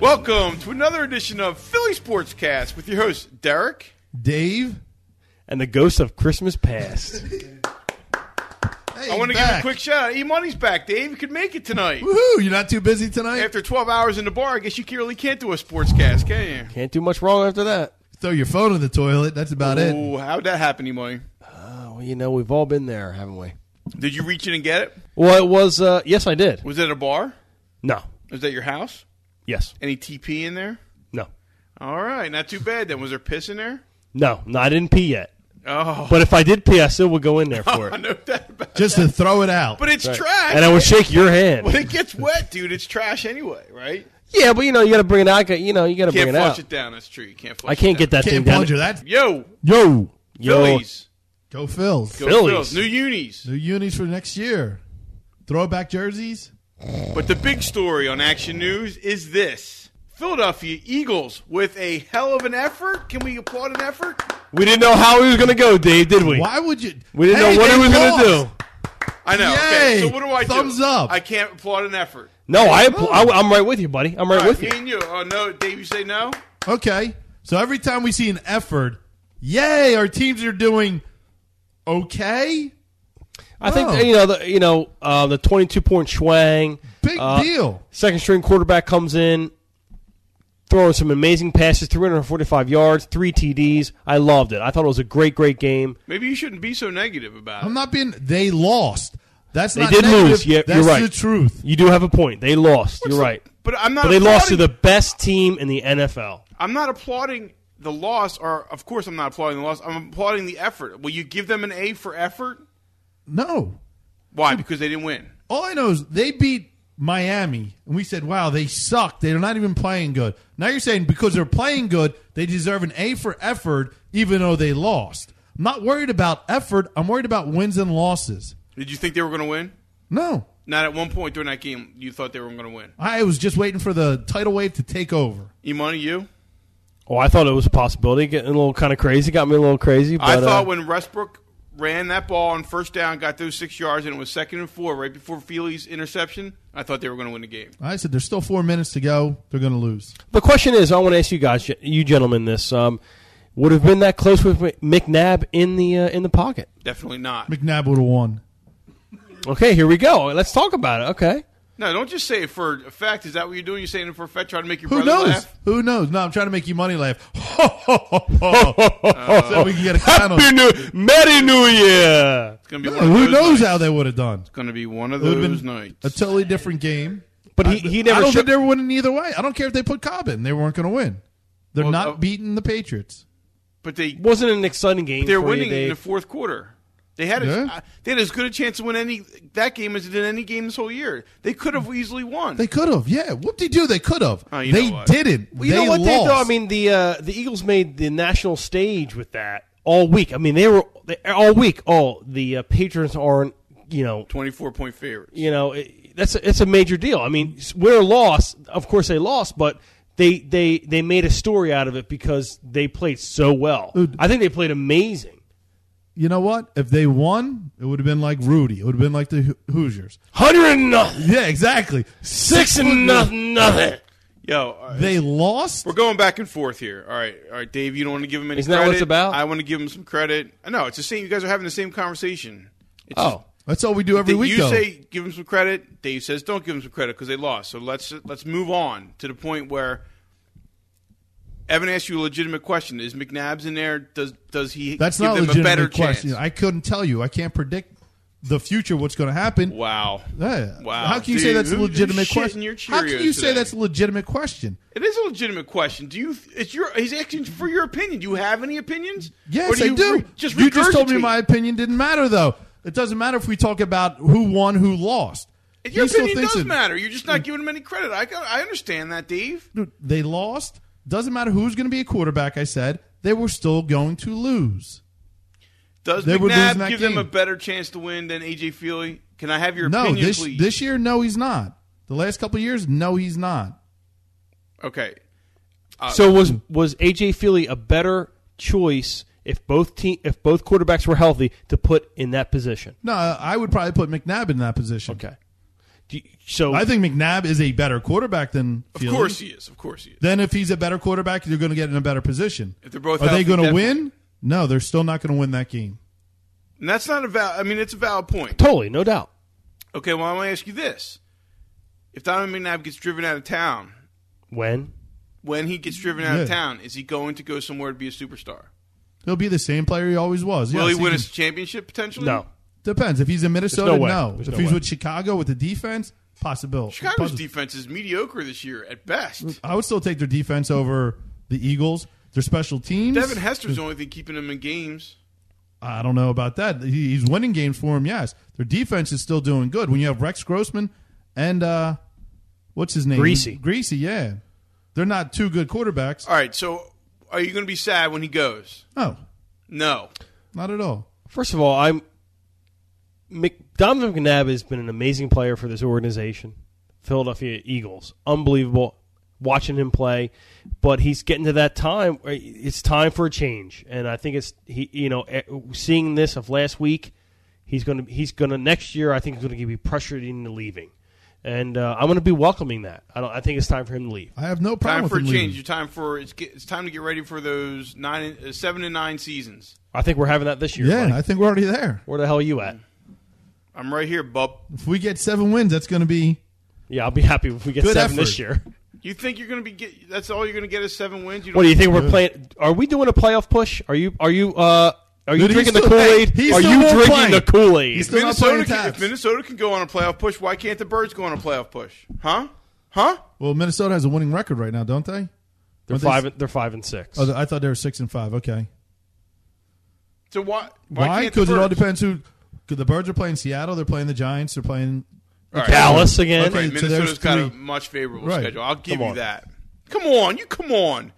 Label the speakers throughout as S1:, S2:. S1: Welcome to another edition of Philly Sportscast with your host Derek.
S2: Dave.
S3: and the ghosts of Christmas past.
S2: Hey,
S1: I want to
S2: he's
S1: give a
S2: back.
S1: quick shout out. E Money's back, Dave. You could make it tonight.
S2: Woohoo! You're not too busy tonight.
S1: After 12 hours in the bar, I guess you can't- really can't do a sportscast, can
S3: Can't do much wrong after that.
S2: Throw your phone in the toilet. That's about
S1: you?
S2: it.
S1: Ooh, how'd that happen, E Money?
S3: Oh, well, you know, we've all been there, haven't we?
S1: Did you reach in and get it?
S3: Well, it was. Uh, yes, I did.
S1: Was it at a bar?
S3: No.
S1: Was that your house?
S3: Yes.
S1: Any TP in there?
S3: No.
S1: All right, not too bad then. Was there piss in there?
S3: No. No, I didn't pee yet.
S1: Oh,
S3: But if I did pee, I still would go in there for
S1: I
S3: it.
S1: know that about
S2: Just to throw it out.
S1: But it's trash.
S3: And I would shake your hand.
S1: when it gets wet, dude, it's trash anyway, right?
S3: Yeah, but you know, you got to bring it out. You know, you got to bring
S1: Can't
S3: it
S1: flush
S3: out.
S1: it down. That's true. You can't flush
S3: I can't get that
S2: Can't
S3: thing down.
S2: plunger that.
S1: Yo,
S3: Yo, yo,
S1: Phillies.
S2: Go Phils.
S1: Go
S3: Phillies.
S1: Phils. New unis.
S2: New unis for next year. Throwback jerseys.
S1: But the big story on Action News is this. Philadelphia Eagles with a hell of an effort. Can we applaud an effort?
S3: we didn't know how he was going to go, Dave, did we?
S2: Why would you?
S3: We didn't
S2: Hey,
S3: know what
S2: they
S3: he was going
S2: lost.
S3: to do.
S1: I know. Okay,
S2: Yay!
S1: so what do I do?
S2: Thumbs up.
S1: I can't applaud an effort.
S3: No, I, appl- I, I'm right with you, buddy. I'm right,
S1: All right,
S3: with you.
S1: me and you. Oh no, Dave, you say no?
S2: Okay. So every time we see an effort, yay, our teams are doing okay.
S3: I think
S2: Oh.
S3: you know the you know uh, the 22 point swang.
S2: Big
S3: Uh,
S2: deal.
S3: Second string quarterback comes in, throwing some amazing passes, 345 yards, three TDs. I loved it. I thought it was a great, great game.
S1: Maybe you shouldn't be so negative about it.
S2: I'm not being. They lost. That's
S3: They
S2: not.
S3: did
S2: negative.
S3: lose. Yeah,
S2: That's
S3: you're right.
S2: the truth.
S3: You do have a point. They lost. you're right.
S1: But I'm not
S3: But they lost to
S1: applauding-
S3: the best team in the NFL.
S1: I'm not applauding the loss or of course I'm not applauding the loss. I'm applauding the effort. Will you give them an A for effort?
S2: No.
S1: Why? Because they didn't win.
S2: All I know is they beat Miami, and we said, "Wow, they suck. They're not even playing good." Now you're saying because they're playing good, they deserve an A for effort, even though they lost. I'm not worried about effort. I'm worried about wins and losses.
S1: Did you think they were going to win?
S2: No,
S1: Not at one point during that game you thought they were going to win.
S2: I was just waiting for the tidal wave to take over.
S1: Imani, you?
S3: Oh, I thought it was a possibility. Getting a little kind of crazy. Got me a little crazy. But,
S1: I thought
S3: uh,
S1: when Westbrook ran that ball on first down, got those six yards, and it was second and four right before Feely's interception, I thought they were going to win the game.
S2: I said, "There's still four minutes to go. They're going to lose."
S3: the question is, I want to ask you guys, you gentlemen, this um, would have been that close with McNabb in the uh, in the pocket.
S1: Definitely not.
S2: McNabb would have won.
S3: Okay, here we go. Let's talk about it. Okay.
S1: No, don't just say it for a fact. Is that what you're doing? You're saying it for a fact, trying to make your
S2: Who
S1: brother
S2: knows?
S1: laugh?
S2: Who knows? No, I'm trying to make you money laugh. so we can get a count on.
S3: Happy New Merry New Year.
S1: It's going to be one of
S2: Who
S1: those
S2: knows
S1: nights.
S2: how they would have done?
S1: It's going to be one of
S2: It would have
S1: those
S2: been
S1: nights.
S2: a totally different game.
S3: But he, he never
S2: I don't
S3: showed
S2: think they were winning either way. I don't care if they put Cobb in; they weren't going to win. They're
S1: Well,
S2: not
S1: uh,
S2: beating the Patriots.
S1: But they
S3: wasn't an exciting game.
S1: they're
S3: for
S1: winning
S3: you,
S1: in
S3: Dave.
S1: the fourth quarter. They had, as,
S2: Yeah.
S1: uh, they had as good a chance to win any that game as they did any game this whole year. They could have easily won.
S2: They could have, yeah. Whoop de doo, they could have.
S1: Oh, you
S2: they
S1: know what?
S2: didn't.
S3: Well, you
S2: they
S3: know what,
S2: lost.
S3: Dave? Though I mean, the uh, the Eagles made the national stage with that all week. I mean, they were they, all week. Oh, the uh, Patriots aren't. You know,
S1: 24 point favorites.
S3: you know it, that's a, it's a major deal. I mean, s- we're lost. Of course, they lost, but. They, they they made a story out of it because they played so well. I think they played amazing.
S2: you know what? If they won, it would have been like Rudy. It would have been like the Ho- Hoosiers.
S3: Hundred and nothing,
S2: Yeah, exactly.
S3: six and nothing, nothing.
S1: Yo, uh, all right.
S2: They lost.
S1: We're going back and forth here. All right, all right, Dave. You don't want to give him any.
S3: Isn't that what
S1: credit.
S3: it's about?
S1: I want to give him some credit. No, it's the same. You guys are having the same conversation. It's
S3: Oh,
S2: That's all we do every
S1: just-
S2: week.
S1: you
S2: though.
S1: say give him some credit. Dave says don't give him some credit because they lost. So let's let's move on to the point where Evan asked you a legitimate question: Is McNabb's in there? Does does he
S2: that's
S1: give
S2: not a
S1: them
S2: legitimate
S1: a better
S2: question.
S1: chance?
S2: I couldn't tell you. I can't predict the future. What's going to happen?
S1: wow,
S2: Yeah.
S1: Wow,
S2: How can you
S1: dude,
S2: say that's a
S1: who- who's
S2: legitimate
S1: shitting
S2: question?
S1: your
S2: How can
S1: Cheerios
S2: you say
S1: today?
S2: that's a legitimate question?
S1: it is a legitimate question. Do you? It's your. He's asking for your opinion. Do you have any opinions? Or
S2: Yes,
S1: do
S2: I
S1: you
S2: do.
S1: re- just
S2: you just told me
S1: regurgitate?
S2: my opinion didn't matter, though. It doesn't matter if we talk about who won, who lost.
S1: Your
S2: He still
S1: opinion
S2: thinks
S1: does
S2: it-
S1: matter. You're just not giving him any credit. I got, I understand that, Dave.
S2: Dude, They lost. Doesn't matter who's going to be a quarterback. I said they were still going to lose.
S1: Does
S2: They were losing
S1: McNabb
S2: that
S1: give them
S2: game.
S1: a better chance to win than AJ Feely? Can I have your
S2: No,
S1: opinion,
S2: this
S1: please?
S2: this year, no, he's not. The last couple of years, no, he's not.
S1: okay,
S3: So was was AJ Feely a better choice if both team if both quarterbacks were healthy to put in that position?
S2: No, I would probably put McNabb in that position.
S3: Okay. Do you, so
S2: I think McNabb is a better quarterback than
S1: Of
S2: Fields.
S1: course he is. Of course he is.
S2: Then if he's a better quarterback, you're going to get in a better position.
S1: If they're both
S2: are they
S1: healthy,
S2: going to
S1: definitely.
S2: win? No, they're still not going to win that game.
S1: And that's not a val. I mean, it's a valid point.
S3: totally, no doubt.
S1: Okay, well, I'm going to ask you this: If Donovan McNabb gets driven out of town,
S3: When
S1: when he gets driven out of
S2: Yeah.
S1: town, is he going to go somewhere to be a superstar?
S2: He'll be the same player he always was.
S1: Will he
S2: Yes,
S1: win a
S2: can-
S1: championship potentially?
S3: no,
S2: Depends. If he's in Minnesota,
S3: way.
S2: no.
S3: There's
S2: If
S3: no
S2: he's
S3: way.
S2: with Chicago with the defense, possibility.
S1: Chicago's defense is mediocre this year at best.
S2: I would still take their defense over the Eagles. Their special teams.
S1: Devin Hester's the only thing keeping him in games.
S2: I don't know about that. He- He's winning games for him. Yes, their defense is still doing good. When you have Rex Grossman and uh, what's his name,
S3: Greasy.
S2: Greasy, yeah, they're not two good quarterbacks.
S1: All right, so are you going to be sad when he goes?
S2: No,
S1: No.
S2: not at all.
S3: First of all, I'm Mc, Donovan McNabb has been an amazing player for this organization, Philadelphia Eagles. Unbelievable watching him play, but he's getting to that time. where It's time for a change, and I think it's he. You know, eh, seeing this of last week, he's going to he's going to next year. I think he's going to be pressured into leaving, and uh, I'm going to be welcoming that. I don't. I think it's time for him to leave.
S2: I have no problem
S1: Time
S2: with
S1: for a
S2: him
S1: change.
S2: leaving.
S1: Your time for it's, get, it's time to get ready for those nine, uh, seven and nine seasons.
S3: I think we're having that this year.
S2: Yeah,
S3: Mike.
S2: I think we're already there.
S3: Where the hell are you at?
S1: I'm right here, bub.
S2: If we get seven wins, that's going to be
S3: Yeah, I'll be happy if we get
S2: Good
S3: seven this
S2: effort.
S3: year.
S1: You think you're going to be get? That's all you're going to get is seven wins. You
S3: What do you think we're
S2: Yeah.
S3: playing? Are we doing a playoff push? Are you? Are you? Uh, are you
S2: Dude, he's
S3: drinking the
S2: still-
S3: Kool Aid?
S2: he's
S3: Are
S2: still
S3: you
S2: not
S3: drinking
S2: playing.
S3: the Kool Aid?
S2: He's still- They're not
S1: Minnesota
S2: playing
S1: can, if
S2: tabs.
S1: Minnesota can go on a playoff push, why can't the Birds go on a playoff push? Huh? Huh?
S2: well. Minnesota has a winning record right now, don't they?
S3: they're
S2: Aren't they-
S3: five. and They're five and six.
S2: Oh, I thought they were six and five. Okay,
S1: So why?
S2: why?
S1: can't the
S2: Because it all
S1: Birds-
S2: depends who. 'cause the Birds are playing Seattle. They're playing the Giants. They're playing.
S1: All right.
S3: Dallas again.
S1: Right,
S2: so there's
S1: Minnesota's got a
S2: three.
S1: much favorable
S2: Right.
S1: schedule. I'll give
S3: Come
S1: you
S3: on.
S1: that. Come on, you come on.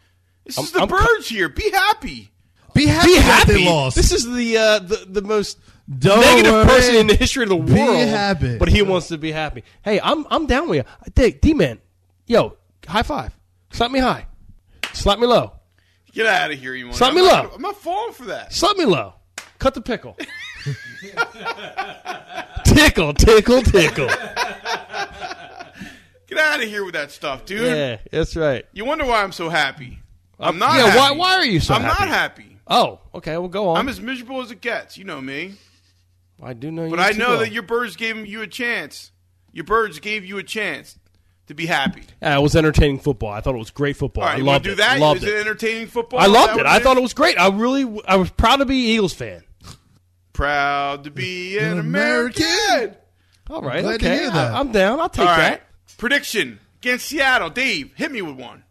S1: This is the
S3: I'm-
S1: Birds here. Be happy.
S2: Be happy,
S3: Be happy.
S2: that they lost.
S3: This is the uh, the the most
S2: Don't
S3: negative
S2: worry.
S3: person in the history of the
S2: Be
S3: world.
S2: happy.
S3: But he wants to be happy. Hey, I'm I'm down with you. I dig D man. Yo, high five. Slap me high. Slap me low.
S1: Get out of here, you want.
S3: Slap
S1: I'm
S3: me
S1: not,
S3: low.
S1: I'm not falling for that.
S3: Slap me low. Cut the pickle. tickle, tickle, tickle.
S1: Get out of here with that stuff, dude.
S3: Yeah, that's right.
S1: You wonder why I'm so happy. I'm not.
S3: yeah,
S1: happy.
S3: why- why are you so
S1: I'm
S3: happy?
S1: not happy.
S3: Oh, okay. Well, go on.
S1: I'm as miserable as it gets. You know me.
S3: I do know you.
S1: But I
S3: too
S1: know
S3: well.
S1: that your birds gave you a chance. Your birds gave you a chance to be happy.
S3: Yeah, it was entertaining football. I thought it was great football.
S1: All right,
S3: I
S1: you want
S3: loved
S1: to do
S3: it.
S1: that?
S3: Loved
S1: Is
S3: it.
S1: it entertaining football?
S3: I
S1: Is
S3: loved
S1: that
S3: it.
S1: what
S3: I
S1: is?
S3: thought it was great. I really, I was proud to be an Eagles fan.
S1: proud to be an
S2: An
S1: American.
S2: American.
S3: All right,
S2: Glad to
S3: okay.
S2: hear that.
S3: I, am down. I'll take
S1: All right,
S3: that.
S1: prediction against Seattle. Dave, hit me with one.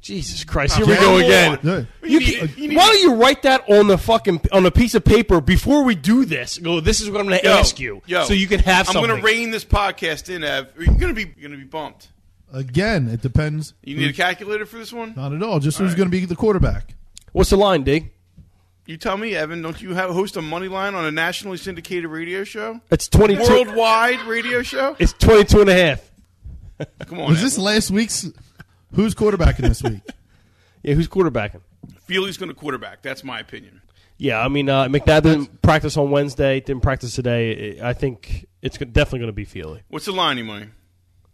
S3: Jesus Christ, here
S1: Okay,
S3: we go
S1: come
S3: again.
S1: on.
S2: Yeah.
S1: We
S3: You
S1: need
S3: can-
S1: it. You need
S3: why
S1: it.
S3: don't you write that on the fucking on a piece of paper before we do this? Go. This is what I'm going to
S1: Yo,
S3: ask you,
S1: yo,
S3: so you can have
S1: I'm
S3: something.
S1: gonna rein this podcast in, Ev. You're gonna be you're gonna be bumped.
S2: Again, it depends.
S1: You need a calculator for this one.
S2: Not at all. Just who's going to be the quarterback?
S3: What's the line, Dig?
S1: You tell me, Evan. Don't you have, host a money line on a nationally syndicated radio show,
S3: It's 22.
S1: worldwide radio show?
S3: It's 22 and a half.
S1: Come on,
S2: Was
S1: Evan.
S2: this last week's? Who's quarterbacking this week?
S3: Yeah, who's quarterbacking?
S1: Feely's going to quarterback. That's my opinion.
S3: Yeah, I mean uh, McNabb didn't practice on Wednesday. Didn't practice today. I I think it's go- definitely going to be Feely.
S1: What's the line, money?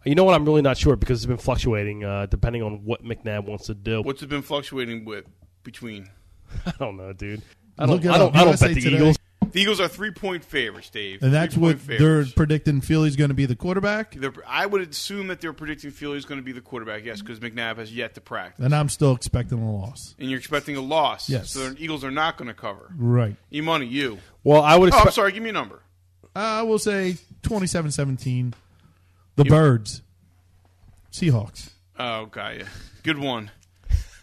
S3: You know what? I'm really not sure because it's been fluctuating uh, depending on what McNabb wants to do.
S1: What's it been fluctuating with between?
S3: I don't know, dude. I don't.
S2: Look it
S3: I don't.
S2: up.
S3: I don't
S2: USA
S3: bet the
S2: Today.
S3: Eagles.
S1: The Eagles are three point favorites, Dave.
S2: And that's
S1: Three-point
S2: what they're
S1: favorites.
S2: predicting. Philly's going to be the quarterback,
S1: They're, I would assume that they're predicting Feely's going to be the quarterback. Yes, because McNabb has yet to practice,
S2: and I'm still expecting a loss.
S1: and you're expecting a loss.
S2: Yes.
S1: So the Eagles are not going to cover.
S2: Right.
S1: E money, you.
S3: Well, I would
S1: Oh, I'm
S3: expect.
S1: sorry. Give me a number.
S4: Uh,
S2: I will say 27-17. The Birds, Seahawks.
S1: Oh, got you. Good one.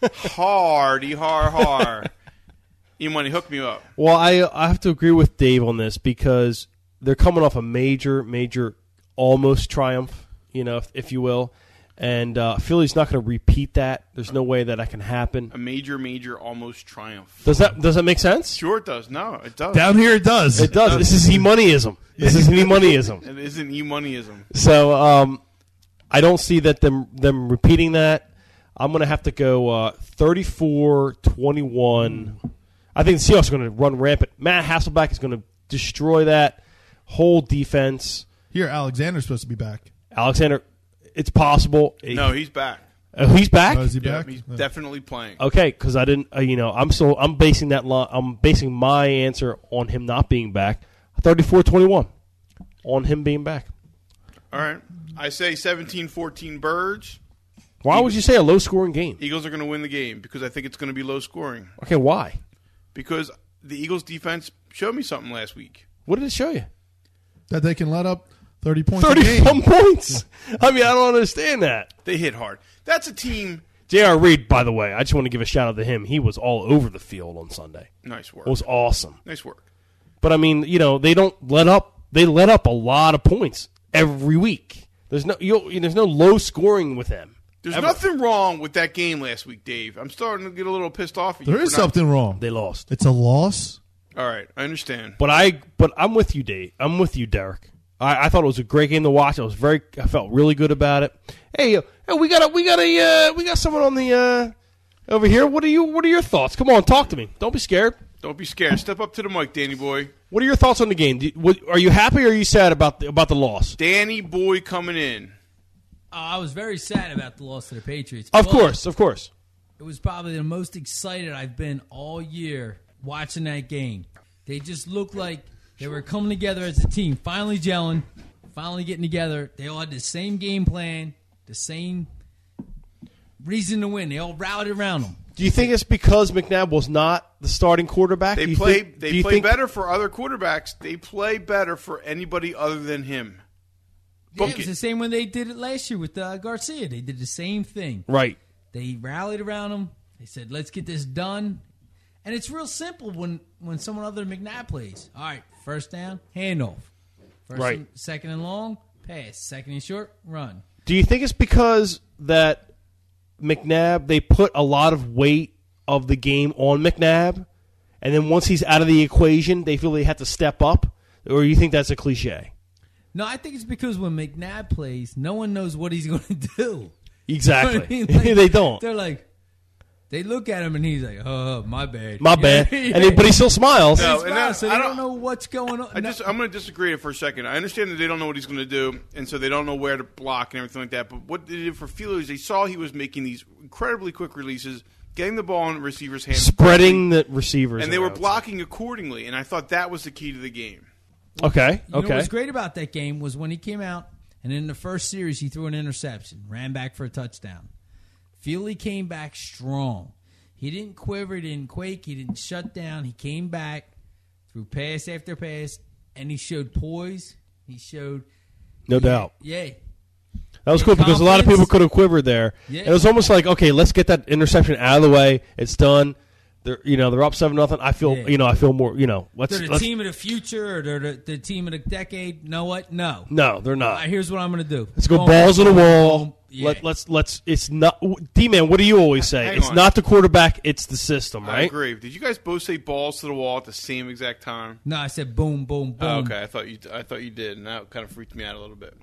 S1: Hardy, har, har. E money, hook me up.
S3: well, I I have to agree with Dave on this because they're coming off a major, major, almost triumph. You know, if, if you will, and uh, Philly's not going to repeat that. There's no way that that can happen.
S1: A major, major, almost triumph.
S3: Does that Does that make sense?
S1: Sure, it does. No, it does.
S2: Down here, it does.
S3: It does. This is e moneyism. This is an e moneyism.
S1: it isn't e moneyism.
S3: So um, I don't see that them them repeating that. I'm going to have to go uh, 34-21. I think the Seahawks are going to run rampant. Matt Hasselback is going to destroy that whole defense.
S2: Here, Alexander's supposed to be back.
S3: Alexander, it's possible.
S1: No, he's back.
S3: Oh, he's back.
S4: Oh, is he
S1: Yeah,
S4: back?
S1: he's
S4: No.
S1: definitely playing.
S3: Okay, because I didn't. Uh, you know, I'm so I'm basing that. Li- I'm basing my answer on him not being back. 34-21 on him being back.
S1: All right. I say 17-14 birds.
S3: Why would you say a low scoring game?
S1: Eagles are going to win the game because I think it's going to be low scoring.
S3: Okay, why?
S1: Because the Eagles defense showed me something last week.
S3: What did it show you?
S4: that they can let up thirty points. a
S3: Thirty
S4: game.
S3: some points. I mean, I don't understand that.
S1: They hit hard. That's a team.
S3: J.R. Reed, by the way, I just want to give a shout out to him. He was all over the field on Sunday.
S1: Nice work.
S3: It was awesome.
S1: Nice work.
S3: But I mean, you know, they don't let up. They let up a lot of points every week. There's no you'll, there's no low scoring with them.
S1: There's
S3: Ever.
S1: nothing wrong with that game last week, Dave. I'm starting to get a little pissed off at you.
S4: There is
S1: for not-
S4: something wrong.
S3: They lost.
S4: It's a loss.
S1: All right, I understand.
S3: But I but I'm with you, Dave. I'm with you, Derek. I, I thought it was a great game to watch. I was very I felt really good about it. Hey, yo, hey we got a we got a uh, we got someone on the uh, over here. What are you what are your thoughts? Come on, talk to me. Don't be scared.
S1: Don't be scared. Step up to the mic, Danny boy.
S3: What are your thoughts on the game? Do, you- what, are you happy or are you sad about the, about the loss?
S1: Danny boy coming in.
S5: Uh, I was very sad about the loss to the Patriots.
S3: Of
S5: but
S3: course, of course.
S5: It was probably the most excited I've been all year watching that game. They just looked like they were coming together as a team, finally gelling, finally getting together. They all had the same game plan, the same reason to win. They all rallied around them.
S3: Do you think it's because McNabb was not the starting quarterback? Do
S1: They
S3: you
S1: play.
S3: think- do
S1: they
S3: you
S1: play
S3: think-
S1: better for other quarterbacks. They play better for anybody other than him.
S5: Yeah,
S1: Book
S5: it was
S1: it.
S5: the same when they did it last year with uh, Garcia. They did the same thing.
S3: Right.
S5: they rallied around him. They said, "Let's get this done." And it's real simple when when someone other than McNabb plays. All right, first down, handoff. First
S3: Right.
S5: and, second and long, pass. Second and short, run.
S3: Do you think it's because that McNabb they put a lot of weight of the game on McNabb, and then once he's out of the equation, they feel they have to step up, or you think that's a cliche?
S5: No, I think it's because when McNabb plays, no one knows what he's going to do. You know what I
S3: Exactly.
S5: mean? Like,
S3: they don't.
S5: They're like, they look at him and he's like, "Oh, my bad,
S3: My bad. And he, but he still smiles.
S1: No.
S5: He's
S1: And
S5: wild,
S1: I-
S5: so they
S1: I
S5: don't,
S1: don't-
S5: know what's going on.
S1: I
S5: No.
S1: just, I'm going to disagree for a second. I understand that they don't know what he's going to do, and so they don't know where to block and everything like that. But what they did for Feeler is they saw he was making these incredibly quick releases, getting the ball in receivers' hands,
S3: Spreading the receivers,
S1: and they were
S3: around.
S1: blocking accordingly. And I thought that was the key to the game.
S3: Okay,
S5: You know what
S3: okay.
S5: was great about that game was when he came out and in the first series he threw an interception, ran back for a touchdown. Feely came back strong. He didn't quiver, he didn't quake, he didn't shut down. He came back, threw pass after pass, and he showed poise. He showed,
S3: No doubt.
S5: yeah,
S3: That was cool because a lot of people
S5: Confidence.
S3: could have quivered there.
S5: Yeah.
S3: It was almost like, okay, let's get that interception out of the way. It's done. They're you know they're up seven nothing. I feel
S5: Yeah.
S3: you know I feel more you know let's,
S5: they're the
S3: let's-
S5: team of the future, or they're the, the team of the decade. Know what? No.
S3: no they're not.
S5: All right, here's what I'm going to do.
S3: Let's go balls to the
S5: boom.
S3: wall.
S5: Yeah.
S3: Let, let's let's. It's not D man. What do you always say?
S1: Hang
S3: it's
S1: on.
S3: not the quarterback. It's the system,
S1: I
S3: right?
S1: agree. Did you guys both say balls to the wall at the same exact time?
S5: No, I said boom, boom, boom.
S1: Oh, okay, I thought you, I thought you did, and that kind of freaked me out a little bit.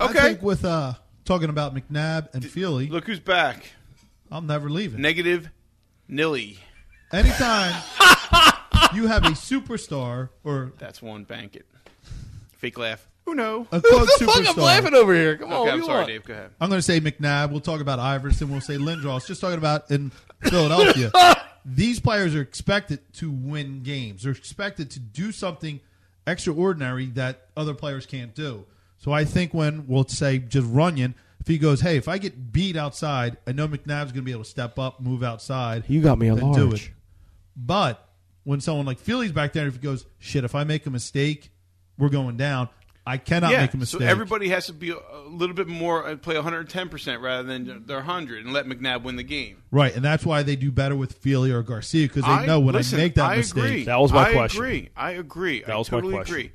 S4: I
S1: Okay,
S4: think with uh, talking about McNabb and Feely,
S1: look who's back.
S4: I'm never leaving.
S1: Negative, Nilly.
S4: Anytime you have a superstar or
S1: That's one. Bank it. Fake laugh. Who know?
S4: a club
S3: What the
S4: superstar,
S3: fuck? I'm laughing over here. Come on.
S5: Oh,
S1: okay,
S3: what do
S1: I'm
S3: you
S1: sorry,
S3: want?
S1: Dave. Go ahead.
S4: I'm going to say McNabb. We'll talk about Iverson. We'll say Lindros. Just talking about in Philadelphia. These players are expected to win games. They're expected to do something extraordinary that other players can't do. So I think when we'll say just Runyon, if he goes, hey, if I get beat outside, I know McNabb's going to be able to step up, move outside.
S3: You got me a
S4: and do
S3: large.
S4: it. But when someone like Philly's back there, if he goes, shit, if I make a mistake, we're going down. I cannot
S1: yeah.
S4: make a mistake.
S1: So everybody has to be a, a little bit more uh, play 110 percent rather than their 100 and let McNabb win the game.
S4: Right, and that's why they do better with Feely or Garcia because they
S1: I
S4: know when
S1: listen,
S4: I make that
S1: I
S4: mistake.
S1: Agree.
S3: That was my
S1: I
S3: question.
S1: Agree. I agree.
S3: That
S1: I
S3: was my
S1: totally
S3: question.
S1: agree.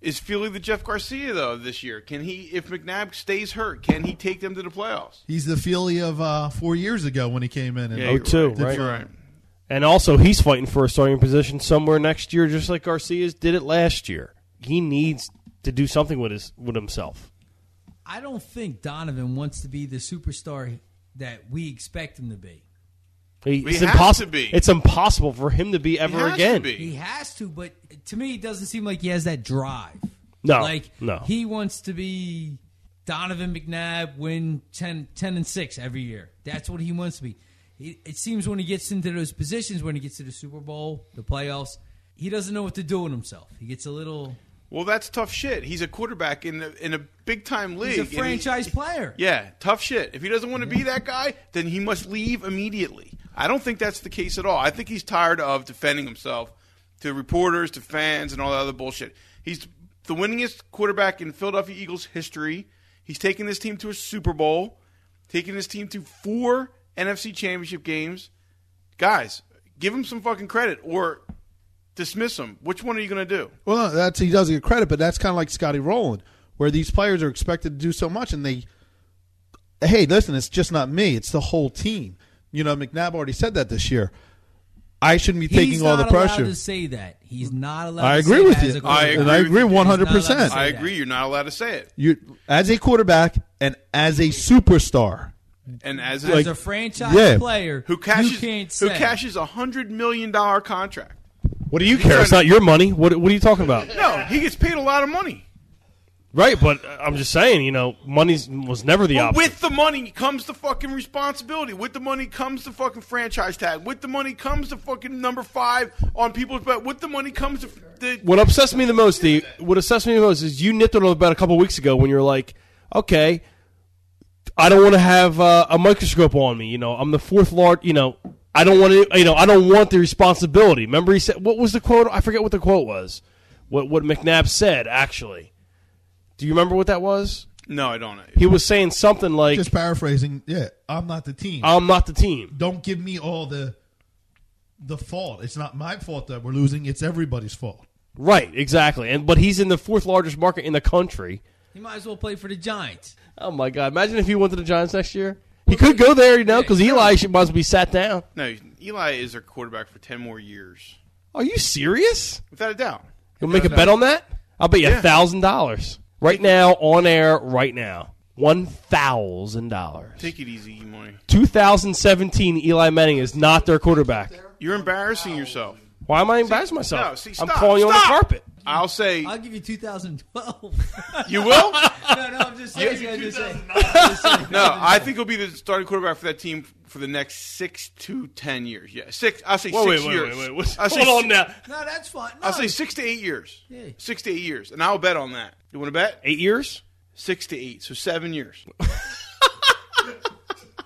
S1: Is Feely the Jeff Garcia though this year? Can he, if McNabb stays hurt, can he take them to the playoffs?
S4: He's the Feely of uh, four years ago when he came in. And
S1: Yeah,
S3: Oh,
S1: you're
S3: two,
S1: right.
S3: right?
S1: You're right.
S3: And also, he's fighting for a starting position somewhere next year, just like Garcia's did it last year. He needs to do something with his with himself.
S5: I don't think Donovan wants to be the superstar that we expect him to be.
S3: He,
S1: He
S3: it's
S1: has
S3: impossible.
S1: to be.
S3: It's impossible for him to be ever
S1: has to
S3: again.
S1: be.
S5: He has to, but to me, it doesn't seem like he has that drive.
S3: No,
S5: like
S3: no.
S5: he wants to be Donovan McNabb win 10, 10 and six every year. That's what he wants to be. It, it seems when he gets into those positions, when he gets to the Super Bowl, the playoffs, he doesn't know what to do with himself. He gets a little.
S1: Well, that's tough shit. He's a quarterback in the, in a big time league.
S5: He's a
S1: and he-
S5: franchise player.
S1: Yeah, tough shit. If he doesn't want to be that guy, then he must leave immediately. I don't think that's the case at all. I think he's tired of defending himself to reporters, to fans, and all that other bullshit. He's the winningest quarterback in Philadelphia Eagles history. He's taken this team to a Super Bowl, taking this team to four NFC championship games. Guys, give him some fucking credit or dismiss him. Which one are you going to do?
S2: Well, no, that's he does get credit, but that's kind of like Scotty Rowland, where these players are expected to do so much, and they, hey, listen, it's just not me; it's the whole team. You know, McNabb already said that this year. I shouldn't be taking
S5: He's
S2: all the
S5: not allowed
S2: pressure.
S5: to say that. He's not allowed.
S2: I
S5: to
S2: agree
S5: say
S2: with
S5: that
S2: you.
S5: as a
S1: I
S5: quarterback.
S2: and I
S1: agree
S2: agree
S1: with
S2: one
S5: you. He's not allowed
S2: hundred
S5: to
S2: percent.
S5: say
S1: I
S5: that.
S1: agree. You're not allowed to say it.
S2: You as a quarterback and as a superstar.
S1: And as
S5: As
S1: like,
S5: a franchise
S2: yeah.
S5: player
S1: who cashes
S5: you can't
S1: who
S5: say.
S1: cashes a hundred million dollar contract.
S3: What do you care? It's not your money. What What are you talking about?
S1: No, he gets paid a lot of money.
S3: Right, but uh, I'm just saying, you know, money was never the option.
S1: With the money comes the fucking responsibility. With the money comes the fucking franchise tag. With the money comes the fucking number five on people's bet. With the money comes the, the
S3: what obsessed me the most, Steve, what obsessed me the most is you nipped on it about a couple weeks ago when you were like, okay, I don't want to have uh, a microscope on me. You know, I'm the fourth large. You know, I don't want to. You know, I don't want the responsibility. Remember, he said, what was the quote? I forget what the quote was. What what McNabb said actually. Do you remember what that was?
S1: no, I don't.
S3: He was saying something like,
S4: Just paraphrasing. Yeah, I'm not the team.
S3: "I'm not the team."
S4: Don't give me all the the fault. It's not my fault that we're losing. It's everybody's fault.
S3: Right, exactly. And but he's in the fourth largest market in the country.
S5: He might as well play for the Giants.
S3: Oh my God! Imagine if he went to the Giants next year. He could go there, you know, because Eli should might as well be sat down.
S1: No, Eli is their quarterback for ten more years,
S3: Are you serious?
S1: without a doubt.
S3: You'll make a bet on that? I'll bet you
S1: Yeah.
S3: a thousand dollars right now on air right now. One thousand dollars.
S1: Take it easy, E money.
S3: 2017 Eli Manning is not their quarterback.
S1: You're embarrassing yourself.
S3: Why am I embarrassing myself?
S1: No, see, stop,
S3: I'm calling you on the
S1: stop.
S3: carpet.
S1: I'll say
S5: I'll give you 2012.
S1: you will.
S5: no, no, I'm just saying. I'm just saying.
S1: No, I think he'll be the starting quarterback for that team for the next six to ten years. Yeah, six. I'll say six years. I'll say si-
S3: now.
S5: No, that's fine. No.
S1: I'll say six to eight years.
S5: Yeah.
S1: Six to eight years, and I'll bet on that. You want to bet?
S3: Eight years?
S1: Six to eight, so seven years.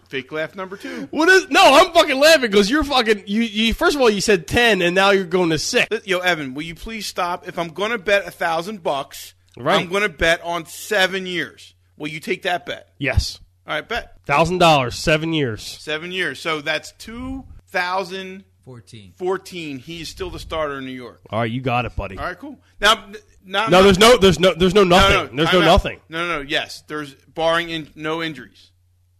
S1: Fake laugh number two.
S3: What is? No, I'm fucking laughing because you're fucking. You, you first of all you said ten and now you're going to six.
S1: Yo, Evan, will you please stop? If I'm gonna bet a thousand bucks,
S3: Right.
S1: I'm gonna bet on seven years. Will you take that bet?
S3: Yes,
S1: All right, bet
S3: thousand dollars, seven years.
S1: seven years. So that's two thousand
S5: 14.
S1: fourteen. He is still the starter in New York.
S3: All right, you got it, buddy.
S1: All right, cool. Now, now
S3: No, there's no, there's no, there's no nothing. there's no
S1: timeout.
S3: nothing.
S1: No, no, no. Yes, there's barring in, no injuries.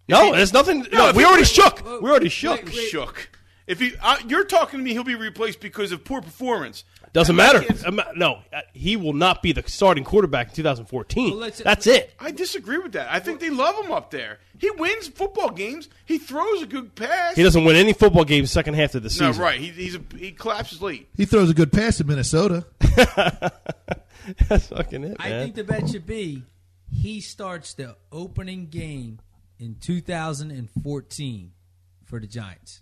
S3: No, there's nothing. No,
S1: if
S3: we
S1: you-
S3: already shook.
S5: wait,
S3: We already shook.
S5: wait, wait.
S1: Shook. If he, uh, you're talking to me, he'll be replaced because of poor performance.
S3: Doesn't matter. Um, No, uh, he will not be the starting quarterback in 2014.
S5: Well, let's-
S3: That's it.
S1: I disagree with that. I think they love him up there. He wins football games. He throws a good pass.
S3: He doesn't win any football games second half of the
S1: no,
S3: season.
S1: right. He, he's a, he collapses late.
S4: He throws a good pass to Minnesota.
S3: That's fucking it,
S5: I
S3: man.
S5: think the bet should be he starts the opening game in 2014 for the Giants.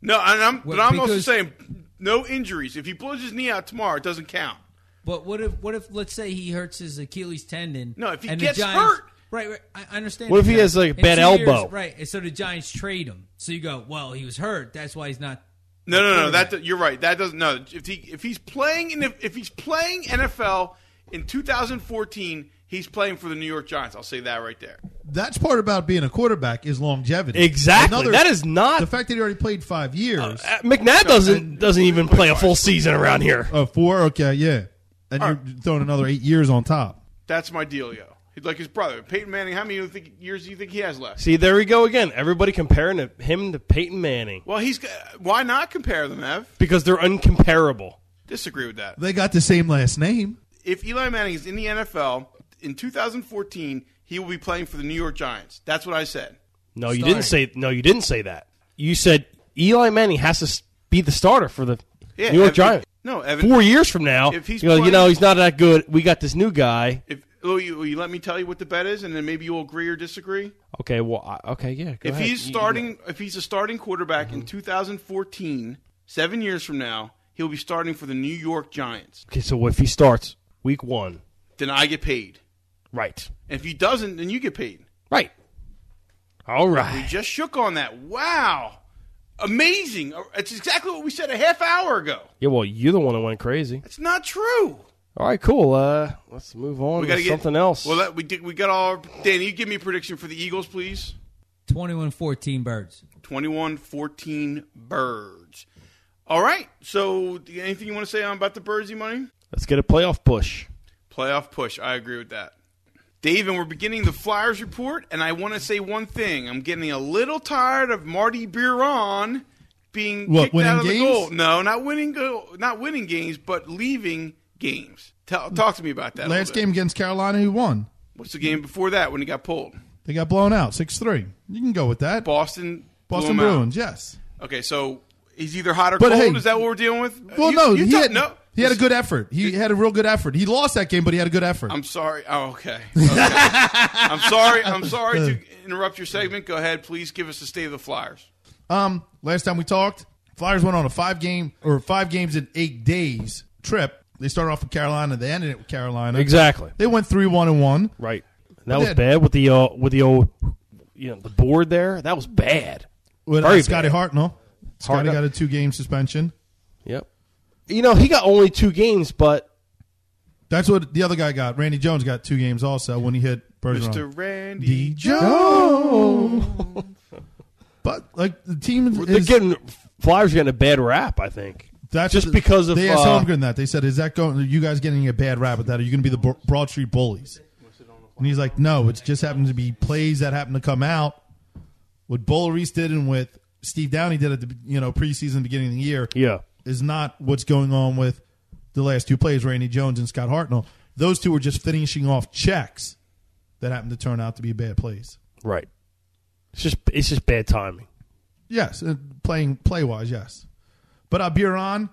S1: No, and I'm,
S5: Well,
S1: but I'm also
S5: because-
S1: saying no injuries. If he blows his knee out tomorrow, it doesn't count.
S5: But what if what if let's say he hurts his Achilles tendon?
S1: No, if he
S5: and the
S1: gets
S5: Giants-
S1: hurt-
S5: right, right. I I understand.
S3: What if
S5: the
S3: he
S5: Giants-
S3: has, like, a
S5: in
S3: bad
S5: two
S3: elbow?
S5: years, right, and so the Giants trade him. So you go, well, he was hurt. That's why he's not.
S1: No, no, no. That you're right. That doesn't. No, if he if he's playing in the, if he's playing NFL in 2014, he's playing for the New York Giants. I'll say that right there.
S4: That's part about being a quarterback is longevity.
S3: Exactly. That is not-
S4: the fact that he already played five years.
S3: Uh, McNabb doesn't doesn't even play a full season around here.
S4: Oh, four? Okay, yeah. And
S1: All
S4: you're throwing another eight years on top.
S1: That's my deal, yo. He'd like his brother, Peyton Manning. How many you think, years do you think he has left?
S3: See, there we go again. Everybody comparing to- him to Peyton Manning
S1: Well, he's got- why not compare them, Ev?
S3: because they're uncomparable.
S1: Disagree with that.
S4: They got the same last name.
S1: If Eli Manning is in the NFL in 2014, he will be playing for the New York Giants. That's what I said.
S3: No, you
S5: Starting.
S3: didn't say. No, you didn't say that. You said Eli Manning has to s- be the starter for the
S1: Yeah,
S3: New York
S1: every-
S3: Giants.
S1: No, Evan.
S3: four years from now,
S1: If he's
S3: you, know, you
S1: playing-
S3: know, he's not that good. We got this new guy.
S1: If will you, will you let me tell you what the bet is, and then maybe you'll agree or disagree.
S3: Okay, well, I, okay, yeah. go
S1: if
S3: ahead.
S1: he's
S3: You-
S1: starting, if he's a starting quarterback in 2014, seven years from now, he'll be starting for the New York Giants.
S3: okay, so if he starts week one,
S1: Then I get paid.
S3: right,
S1: And if he doesn't, then you get paid.
S3: right, all
S1: We
S3: right.
S1: just shook on that. Wow, amazing! It's exactly what we said a half hour ago.
S3: Yeah, well, you're the one that went crazy.
S1: That's not true.
S3: All right, cool. Uh, let's move on
S1: We
S3: to
S1: got to get
S3: something else.
S1: Well, that, we did, we got all. Danny, you give me a prediction for the Eagles, please.
S5: 21 14 birds.
S1: 21-14 birds. All right. So, anything you want to say on about the birdsy money?
S3: let's get a playoff push.
S1: Playoff push. I agree with that. Dave, and we're beginning the Flyers report, and I want to say one thing. I'm getting a little tired of Marty Biron being
S4: What,
S1: kicked
S4: winning
S1: out of the
S4: games?
S1: goal. No, not winning go- not winning games, but leaving games. Tell, talk to me about that. a
S4: Last
S1: little bit.
S4: game against Carolina, who won?
S1: What's the game before that when he got pulled?
S4: They got blown out six three. You can go with that.
S1: Boston. blew
S4: Boston
S1: him out.
S4: Bruins, yes.
S1: Okay, so he's either hot or
S4: But
S1: cold.
S4: hey-
S1: is that what we're dealing with?
S4: Well,
S1: You-
S4: no,
S1: you
S4: he
S1: don't
S4: had
S1: know.
S4: he had a good effort. He had a real good effort. He lost that game, but he had a good effort.
S1: I'm sorry. Oh, okay. okay. I'm sorry. I'm sorry to interrupt your segment. Go ahead, please. Give us the state of the Flyers.
S4: Um, last time we talked, Flyers went on a five game or five games in eight days trip. They started off with Carolina, they ended it with Carolina.
S3: Exactly.
S4: They went three one and one.
S3: Right. And that was
S4: then-
S3: bad with the uh, with the old, you know, the board there. That was bad.
S4: With
S3: Very
S4: uh, Scotty
S3: bad.
S4: Hartnell. Scotty
S3: Hartnell.
S4: got a two game suspension.
S3: Yep. You know, he got only two games, but
S4: That's what the other guy got. Randy Jones got two games also when he hit Bergeron.
S1: Mr. Randy.
S4: D.
S3: Jones.
S4: But like the team is,
S3: they're getting Flyers are getting a bad rap. I think.
S4: that's
S3: just
S4: what-
S3: because of,
S4: they asked
S3: uh,
S4: Holmgren that they said, "Is that going? Are you guys getting a bad rap with that? Are you going to be the Bro- Broad Street bullies?" And he's like, "No, it's just happened to be plays that happen to come out. What Bull Reese did and what Steve Downey did at the you know preseason beginning of the year,
S3: Yeah.
S4: is not what's going on with the last two plays, Randy Jones and Scott Hartnell. Those two were just finishing off checks that happened to turn out to be bad plays.
S3: Right. It's just it's just bad timing.
S4: Yes, uh, playing play wise, yes. But uh, Buron,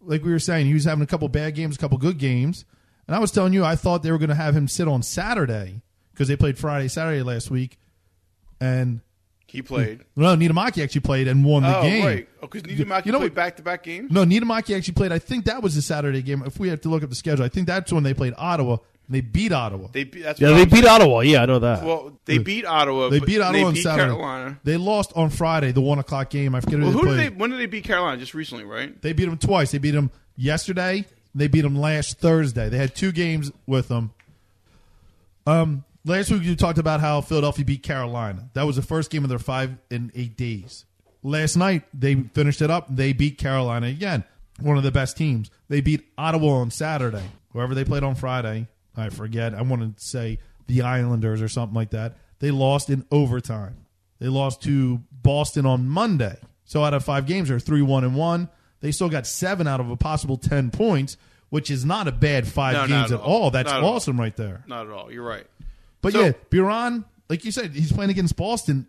S4: like we were saying, he was having a couple bad games, a couple good games, and I was telling you, I thought they were going to have him sit on Saturday because they played Friday, Saturday last week, and
S1: He played.
S4: no, Niedermaki actually played and won the
S1: oh,
S4: game.
S1: right. Oh, because Niedermaki
S4: You know
S1: played
S4: what-
S1: back to back games?
S4: No, Niedermaki actually played. I think that was the Saturday game. If we have to look up the schedule, I think that's when they played Ottawa and they beat Ottawa.
S1: They, be- that's
S3: Yeah,
S1: what
S3: they
S1: I'm-
S3: beat Ottawa. Yeah, I know that.
S1: Well, they beat Ottawa.
S4: They
S1: but
S4: beat Ottawa
S1: they
S4: on
S1: beat
S4: Saturday.
S1: Carolina.
S4: They lost on Friday, the one o'clock game. I forget
S1: Well,
S4: who
S1: who
S4: they
S1: did
S4: played.
S1: they? When did they beat Carolina? Just recently, right?
S4: They beat them twice. They beat them yesterday. They beat them last Thursday. They had two games with them. Um, last week you talked about how Philadelphia beat Carolina. That was the first game of their five in eight days. Last night they finished it up. They beat Carolina again, one of the best teams. They beat Ottawa on Saturday. Whoever they played on Friday, I forget. I want to say the Islanders or something like that. They lost in overtime. They lost to Boston on Monday. So out of five games, they're three one and one. They still got seven out of a possible ten points, which is not a bad five
S1: No, not
S4: games
S1: at
S4: at
S1: all.
S4: all. That's
S1: Not at all.
S4: awesome right there.
S1: Not at all. You're right.
S4: But
S1: So-
S4: yeah, Buron, like you said, he's playing against Boston,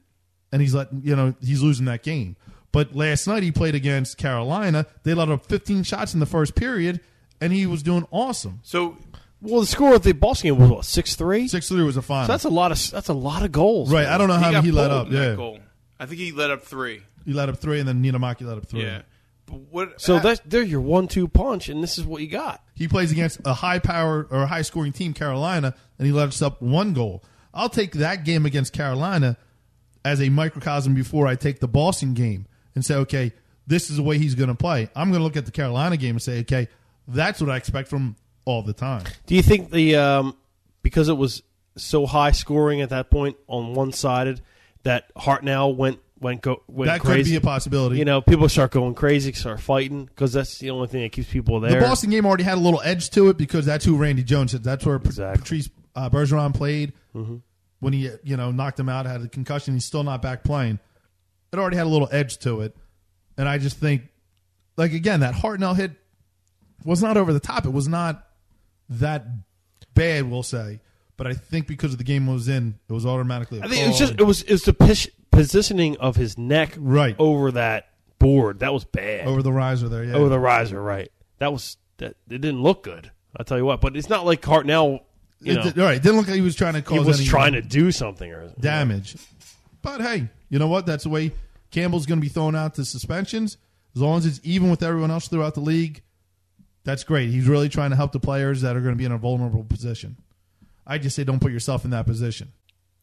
S4: and he's letting you know he's losing that game. But last night he played against Carolina. They let up 15 shots in the first period, and he was doing awesome.
S1: So
S3: Well, the score of the Boston game was what six three.
S4: Six three was a final.
S3: So that's a lot of that's a lot of goals.
S4: right. I don't know
S1: he
S4: how
S1: got
S4: many he let
S1: pulled
S4: up.
S1: in that
S4: Yeah,
S1: goal. I think he let up three.
S4: he let up three, and then Ninamaki let up three.
S1: Yeah. But what?
S3: So
S1: I-
S3: that's they're your one two punch, and this is what you got.
S4: He plays against a high power or high scoring team, Carolina, and he lets up one goal. I'll take that game against Carolina as a microcosm before I take the Boston game and say, okay, this is the way he's going to play. I'm going to look at the Carolina game and say, okay, that's what I expect from him all the time.
S3: Do you think the um, because it was so high scoring at that point on one sided that Hartnell went went go went
S4: that could
S3: crazy?
S4: be a possibility.
S3: You know, people start going crazy, start fighting because that's the only thing that keeps people
S4: the
S3: there.
S4: Boston game already had a little edge to it because that's who Randy Jones is. That's where Pat-
S3: Exactly. Mm-hmm.
S4: Patrice uh, Bergeron played when he you know knocked him out, had a concussion. He's still not back playing. It already had a little edge to it, and I just think, like again, that Hartnell hit was not over the top. It was not that bad, we'll say. But I think because of the game it was in, it was automatically. I
S3: I think it was just it was it was the pis- positioning of his neck
S4: Right.
S3: over that board that was bad
S4: over the riser there. Yeah,
S3: over the riser right. That was that. It didn't look good. I'll tell you what. But it's not like Hartnell. You know,
S4: It, all right, it didn't look like he was trying to cause.
S3: he was
S4: any
S3: trying to do something or
S4: damage. But hey, you know what? That's the way Campbell's going to be thrown out to suspensions. As long as it's even with everyone else throughout the league, that's great. He's really trying to help the players that are going to be in a vulnerable position. I just say don't put yourself in that position.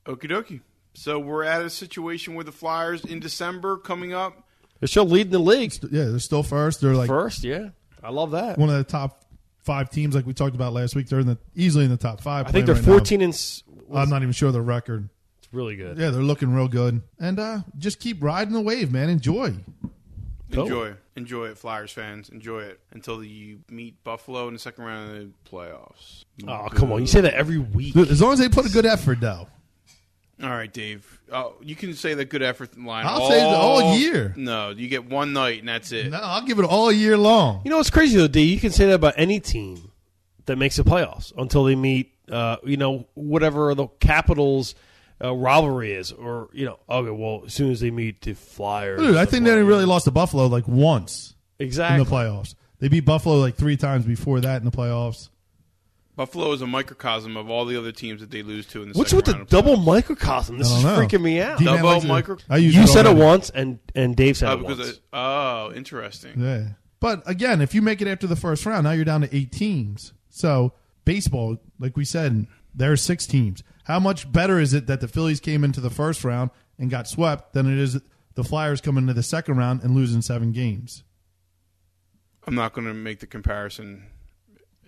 S1: Okie dokie. So we're at a situation where the Flyers in December coming up.
S3: They're still leading the league
S4: Yeah, they're still first. They're like
S3: first. Yeah, I love that.
S4: one of the top five teams, like we talked about last week. They're in the, easily in the top five.
S3: I think they're
S4: playing right now.
S3: 14 and. s-
S4: I'm not even sure the record.
S3: It's really good.
S4: Yeah, they're looking real good. And uh, just keep riding the wave, man. Enjoy.
S3: Cool.
S1: Enjoy. Enjoy it, Flyers fans. Enjoy it until you meet Buffalo in the second round of the playoffs.
S3: Oh come on! You say that every week.
S4: As long as they put a good effort, though.
S1: All right, Dave. Oh, you can say that good effort line.
S4: I'll say that all year.
S1: No, you get one night and that's it.
S4: No, I'll give it all year long.
S3: You know what's crazy though, D? You can say that about any team that makes the playoffs until they meet, uh, you know, whatever the Capitals uh, rivalry is, or you know, okay, well, as soon as they meet the Flyers,
S4: Dude, I
S3: the
S4: think they only
S3: Flyers-
S4: really lost to Buffalo like once in
S3: exactly.
S4: the playoffs. They beat Buffalo like three times before that in the playoffs.
S1: Buffalo is a microcosm of all the other teams that they lose to in the
S3: What's
S1: second
S3: with the
S1: round of playoffs.
S3: double microcosm? This
S4: I
S3: is
S4: don't know.
S3: freaking me out.
S4: D-Man
S1: Double
S4: likes to-
S1: micro-
S4: I use
S3: you
S4: all
S3: said
S4: the
S3: it
S4: time.
S3: once, and and Dave said
S1: Oh,
S3: it
S1: because
S3: once.
S1: it- oh, interesting.
S4: Yeah. But again, if you make it after the first round, now you're down to eight teams. So baseball, like we said, there are six teams. How much better is it that the Phillies came into the first round and got swept than it is the Flyers coming into the second round and losing seven games?
S1: I'm not going to make the comparison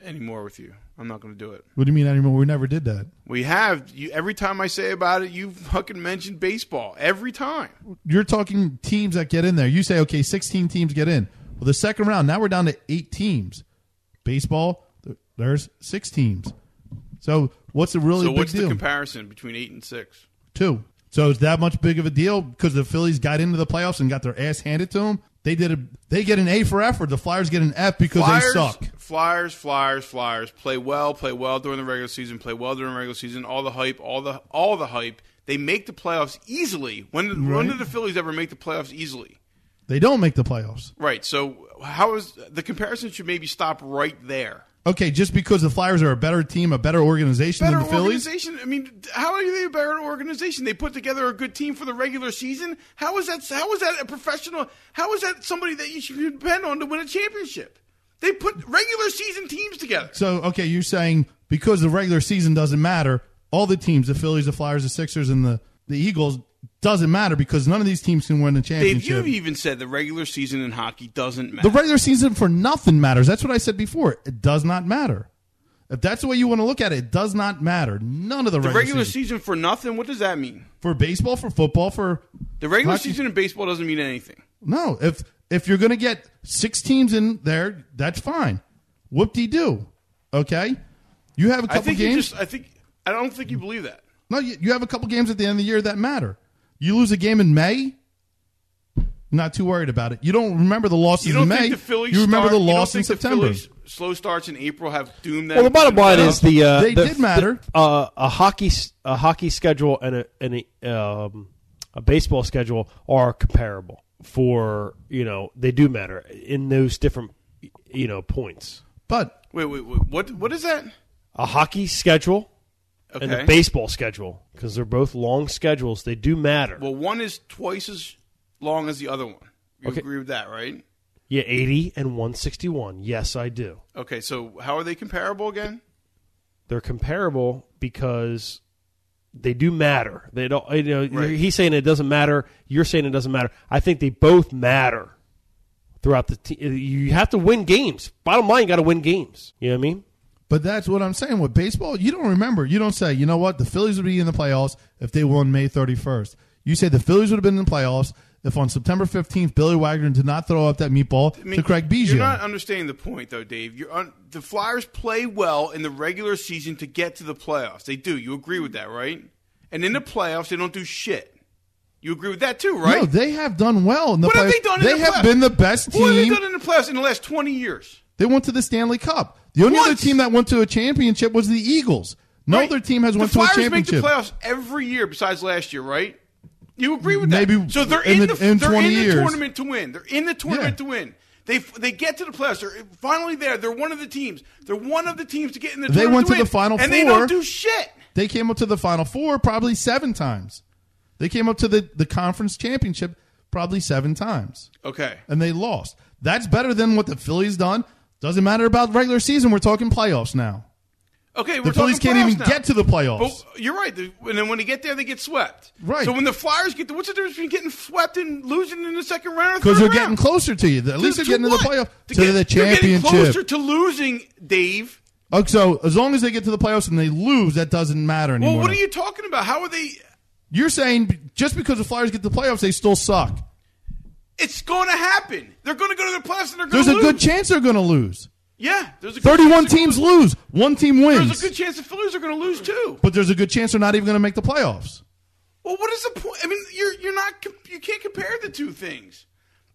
S1: anymore with you. I'm not going to do it.
S4: What do you mean anymore? We never did that.
S1: We have you every time I say about it, you fucking mention baseball every time.
S4: you're talking teams that get in there. You say, okay, 16 teams get in. Well, the second round, now we're down to eight teams. Baseball, th- there's six teams. So what's a really
S1: So
S4: big
S1: what's the
S4: deal?
S1: comparison between eight and six?
S4: Two. So it's that much big of a deal because the Phillies got into the playoffs and got their ass handed to them. They did a, they get an A for effort. The Flyers get an F because they suck.
S1: Flyers, Flyers, Flyers. Play well, play well during the regular season. Play well during the regular season. All the hype, all the all the hype. They make the playoffs easily. When did, when did the Phillies ever make the playoffs easily?
S4: They don't make the playoffs.
S1: Right. So how is the comparison should maybe stop right there.
S4: Okay, just because the Flyers are a better team, a better organization
S1: Better
S4: than the Phillies.
S1: organization. I mean, how are they a better organization? They put together a good team for the regular season. How is that? How is that a professional? How is that somebody that you should depend on to win a championship? They put regular season teams together.
S4: So okay, you're saying because the regular season doesn't matter, all the teams, the Phillies, the Flyers, the Sixers, and the, the Eagles doesn't matter because none of these teams can win the
S1: Dave, you've
S4: championship.
S1: even said the regular season in hockey doesn't matter.
S4: the regular season for nothing matters. That's what I said before. It does not matter. If that's the way you want to look at it, it does not matter. None of the,
S1: the
S4: regular,
S1: regular
S4: season.
S1: season for nothing. What does that mean?
S4: for baseball, for football, for
S1: The regular
S4: Hockey-
S1: season in baseball doesn't mean anything.
S4: no. If if you're going to get six teams in there, that's fine. Whoop de doo. Okay, you have a couple
S1: I think
S4: games.
S1: you just. I think. I don't think you believe that.
S4: No, you, you have a couple games at the end of the year that matter. You lose a game in May, not too worried about it. You don't remember the losses
S1: You don't
S4: in May.
S1: think the Phillies.
S4: you remember
S1: start-
S4: the
S1: you don't
S4: loss in
S1: think the
S4: September.
S1: Phillies slow starts in April have doomed them.
S3: well, the bottom
S1: to
S3: line
S1: playoffs?
S3: is the uh,
S4: They
S3: the-
S4: did matter.
S3: the- uh, a hockey s- a hockey schedule and a and a, um, a baseball schedule are comparable for you know they do matter in those different you know points.
S4: But
S1: Wait, wait, wait. What? What is that?
S3: A hockey schedule
S1: Okay.
S3: and a baseball schedule because they're both long schedules. They do matter.
S1: well, one is twice as long as the other one. You
S3: Okay.
S1: agree with that, right?
S3: yeah, eighty and one sixty one. Yes, I do.
S1: Okay. So how are they comparable again?
S3: They're comparable because. They do matter. They don't. You know,
S1: Right.
S3: he's saying it doesn't matter. You're saying it doesn't matter. I think they both matter throughout the. Te- you have to win games. Bottom line, you got to win games. You know what I mean?
S4: but that's what I'm saying. With baseball, you don't remember. You don't say, you know what, the Phillies would be in the playoffs if they won May 31st. You say the Phillies would have been in the playoffs if on September 15th Billy Wagner did not throw up that meatball
S1: I mean,
S4: to Craig Biggio.
S1: You're not understanding the point, though, Dave. You're un- the Flyers play well in the regular season to get to the playoffs. They do. You agree with that, right? And in the playoffs, they don't do shit. You agree with that too, right?
S4: No, they have done well in the
S1: what
S4: playoffs.
S1: have they done?
S4: They
S1: in the
S4: have
S1: playoffs?
S4: been the best team.
S1: What have they done in the playoffs in the last twenty years?
S4: They went to the Stanley Cup. The only other
S1: Once.
S4: team that went to a championship was the Eagles. No
S1: Right.
S4: other team has
S1: the
S4: went to a
S1: Flyers
S4: championship.
S1: Make the playoffs every year besides last year, right? You agree with that?
S4: Maybe
S1: so. They're
S4: in
S1: in,
S4: the-
S1: the,
S4: in
S1: they're
S4: 20
S1: in the
S4: years.
S1: tournament to win. They're in the tournament to
S4: Yeah.
S1: win. They they get to the playoffs. They're finally there. They're one of the teams. They're one of the teams to get in the.
S4: They
S1: tournament
S4: went to the
S1: win,
S4: Final
S1: and they
S4: Four.
S1: don't do shit.
S4: They came up to the Final Four probably seven times. They came up to the, the conference championship probably seven times,
S1: Okay,
S4: and they lost. That's better than what the Phillies done. Doesn't matter about regular season. We're talking playoffs now.
S1: okay. We're
S4: The Phillies
S1: talking
S4: can't
S1: playoffs
S4: even
S1: now.
S4: get to the playoffs.
S1: But you're right. The- And then when they get there, they get swept.
S4: Right.
S1: So when the Flyers get, what's the difference between getting swept and losing in the second round?
S4: Because
S1: Because
S4: they're getting closer to you. At least they're getting to the playoff to, the
S1: They're getting
S4: championship.
S1: closer to losing, Dave.
S4: Okay, so as long as they get to the playoffs and they lose, that doesn't matter anymore.
S1: Well, what are you talking about? How are they?
S4: You're saying b- just because the Flyers get to the playoffs, they still suck.
S1: It's going to happen. They're going to go to the playoffs and they're going
S4: There's
S1: to
S4: a
S1: lose.
S4: good chance they're going to lose.
S1: yeah, there's a good
S4: Thirty-one
S1: chance they're
S4: teams
S1: gonna
S4: lose. One team
S1: lose. There's
S4: wins.
S1: a good chance the Phillies are going to lose too.
S4: but there's a good chance they're not even going to make the playoffs.
S1: Well, what is the point? I mean, you're you're not comp- you can't compare the two things.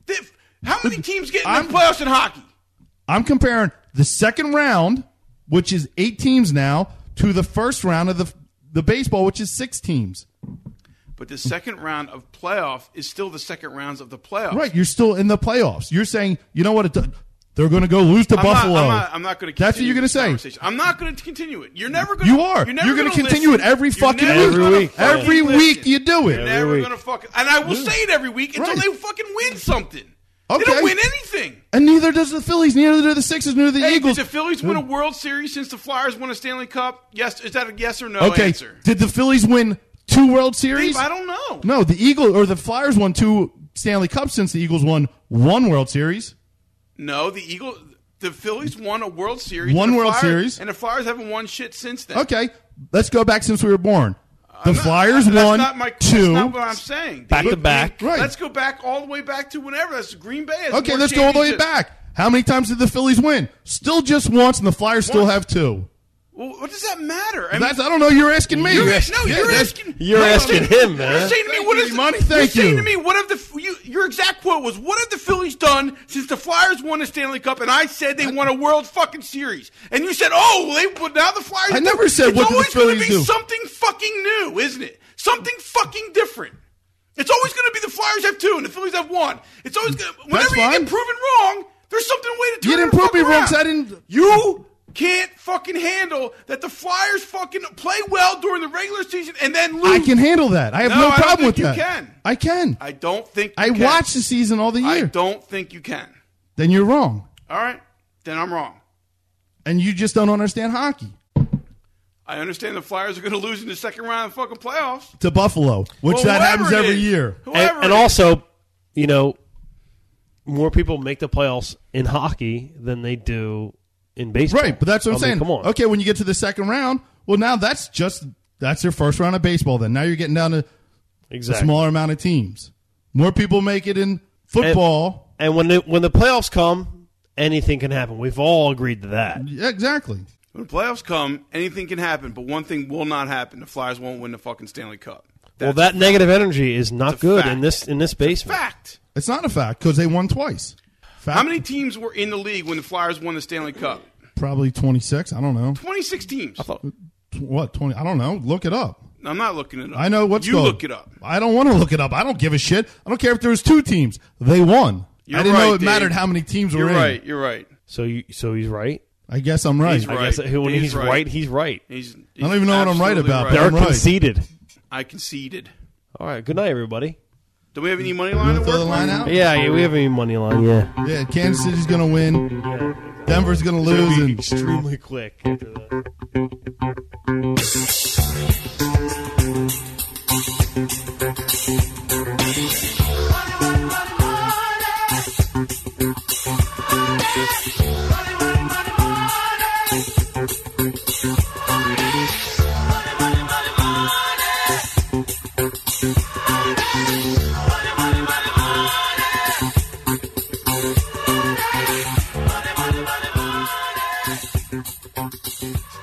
S1: The- How many teams get in
S4: I'm-
S1: the playoffs in hockey?
S4: I'm comparing the second round, which is eight teams now, to the first round of the the baseball, which is six teams.
S1: But the second round of playoff is still the second rounds of the playoffs.
S4: Right, you're still in the playoffs. You're saying, you know what? It, do- they're going to go lose to
S1: I'm
S4: Buffalo.
S1: Not, I'm not, I'm not going to.
S4: That's what you're
S1: going to
S4: say.
S1: I'm not going to continue it. You're never going.
S4: You are. You're, going to continue it every fucking
S1: never
S4: week.
S1: gonna
S3: Every week.
S1: fucking
S4: Every
S1: listen.
S4: week you do
S1: You're
S4: it.
S3: Every
S1: never
S3: week.
S1: going to fucking. And I will say it every week until
S4: Right.
S1: they fucking win something. They
S4: Okay.
S1: don't win anything.
S4: And neither does the Phillies. Neither do the Sixers. Neither do the
S1: Hey,
S4: Eagles. Hmm.
S1: did the Phillies win a World Series since the Flyers won a Stanley Cup? Yes. Is that a yes or no
S4: okay.
S1: answer?
S4: Did the Phillies win two World Series?
S1: Dave, I don't know.
S4: No, the Eagles or the Flyers won two Stanley Cups since the Eagles won one World Series.
S1: No, the Eagles. The Phillies won a World Series.
S4: One
S1: and the
S4: World
S1: Flyers-
S4: Series.
S1: and the Flyers haven't won shit since then.
S4: Okay, let's go back since we were born. The
S1: I'm not-
S4: Flyers
S1: that's
S4: won
S1: not my, That's
S4: two.
S1: not what I'm saying.
S3: Back
S1: Dave.
S3: to back.
S4: Right.
S1: Let's go back all the way back to whenever. That's Green Bay. has
S4: okay,
S1: more
S4: let's go all the way
S1: championships.
S4: back. How many times did the Phillies win? Still just once, and the Flyers still
S1: Once.
S4: have two.
S1: Well, what does that matter? I mean,
S4: That's I don't know. You're asking me.
S1: you're, no,
S4: Yeah,
S1: you're
S4: that's-
S1: asking.
S3: You're
S1: no,
S3: asking
S1: you're-
S3: him, man.
S1: You're saying to me,
S4: Thank
S1: what
S4: you,
S1: is the,
S4: Money.
S1: you're
S4: Thank
S1: saying
S4: you.
S1: to me, what have the you, your exact quote was, "What have the Phillies done since the Flyers won a Stanley Cup?" And I said they won a World fucking series, and you said, "Oh, well, they well, now the Flyers."
S4: I
S1: are
S4: never
S1: different."
S4: said,
S1: it's
S4: what did the
S1: always gonna
S4: Phillies
S1: be
S4: do?
S1: Something fucking new, isn't it? Something fucking different. It's always going to be the Flyers have two and the Phillies have one. It's always going. to Whenever you
S4: fine.
S1: get proven wrong, there's something way to turn
S4: You didn't
S1: it the
S4: prove
S1: fuck
S4: me wrong,
S1: around.
S4: 'cause I didn't-
S1: You can't fucking handle that the Flyers fucking play well during the regular season and then lose.
S4: I can handle that. I have
S1: No,
S4: no,
S1: I don't
S4: problem
S1: think
S4: with
S1: you
S4: that.
S1: can.
S4: I can.
S1: I don't think you
S4: I
S1: can.
S4: watch the season all the
S1: I
S4: year.
S1: don't think you can.
S4: Then you're wrong,
S1: All right, then I'm wrong.
S4: and you just don't understand hockey.
S1: I understand the Flyers are going to lose in the second round of the fucking playoffs.
S4: To Buffalo, which
S1: Well,
S4: that
S1: whoever
S4: happens
S1: it
S4: every
S1: is,
S4: year.
S1: Whoever
S3: And, and
S1: it is.
S3: also, you know, more people make the playoffs in hockey than they do in baseball.
S4: Right, but that's what
S3: I
S4: I'm
S3: mean,
S4: saying.
S3: Come on.
S4: Okay, when you get to the second round, well, now that's just that's your first round of baseball. Then now you're getting down to a
S3: Exactly.
S4: smaller amount of teams. More people make it in football.
S3: And when the, when the playoffs come, anything can happen. We've all agreed to that.
S4: Yeah, exactly.
S1: When playoffs come, anything can happen, but one thing will not happen: the Flyers won't win the fucking Stanley Cup. That's
S3: well, that negative energy is not
S1: a
S3: good
S1: fact.
S3: in this in this
S1: a
S3: basement.
S1: fact.
S4: It's not a fact because they won twice. Fact,
S1: How many teams were in the league when the Flyers won the Stanley Cup?
S4: Probably 26. I don't know.
S1: Twenty-six teams.
S4: Tw- What 20? I don't know. Look it up.
S1: I'm not looking it up.
S4: I know what's
S1: you
S4: going.
S1: look it up.
S4: I don't want to look it up. I don't give a shit. I don't care if there was two teams. They won.
S1: You're
S4: I didn't know
S1: right,
S4: it
S1: Dave.
S4: mattered how many teams
S1: You're
S4: were in.
S1: right. You're right.
S3: So you so he's right.
S4: I guess I'm right.
S1: He's
S3: I
S1: Right.
S3: guess that- when
S1: He's
S3: he's,
S1: right.
S3: right. he's right.
S1: He's,
S4: I don't even know what I'm right
S1: absolutely
S4: about,
S3: They're
S4: I'm right.
S3: conceited.
S1: I conceded.
S3: All right. Good night, everybody.
S1: Do we have any money line to
S4: Throw the
S1: work
S4: line
S1: with?
S4: out.
S3: Yeah, yeah, we have a money line. Yeah.
S4: Yeah, Kansas City's gonna win. Denver's gonna lose. And uh,
S3: Extremely quick. After that.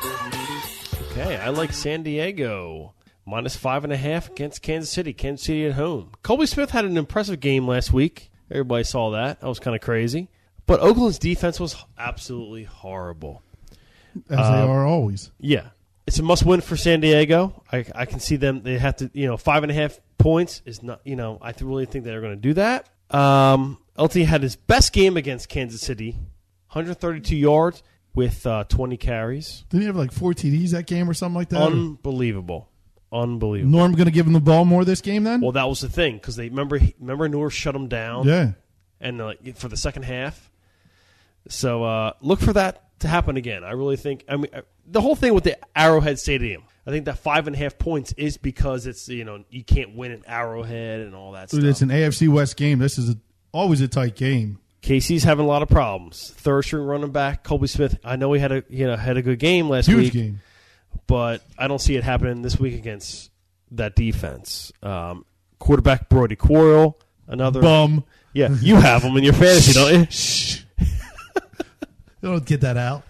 S3: Okay, I like San Diego. Minus five and a half against Kansas City. Kansas City at home. Colby Smith had an impressive game last week. Everybody saw that. That was kind of crazy. But Oakland's defense was absolutely horrible.
S4: as they are always.
S3: Yeah. It's a must win for San Diego. I, I can see them. They have to, you know, five and a half points is not, you know, I th- really think they're going to do that. Um, LT had his best game against Kansas City, 132 yards with uh, 20 carries.
S4: Didn't he have like four TDs that game or something like that?
S3: Unbelievable, unbelievable.
S4: Norm going to give him the ball more this game then?
S3: Well, that was the thing because they remember remember North shut them down.
S4: Hmm. yeah.
S3: and like for the second half. So uh, look for that to happen again. I really think. I mean, uh, the whole thing with the Arrowhead Stadium. I think that five and a half points is because it's you know you can't win an Arrowhead and all that
S4: Dude,
S3: stuff.
S4: it's an AFC West game. This is a, always a tight game.
S3: Casey's having a lot of problems. Third string running back Colby Smith. I know he had a you know had a good game last
S4: Huge
S3: week,
S4: game.
S3: but I don't see it happening this week against that defense. Um, quarterback Brody Quirrell, another
S4: Bum.
S3: Yeah, you have him in your fantasy, don't you?
S4: They Don't get that out.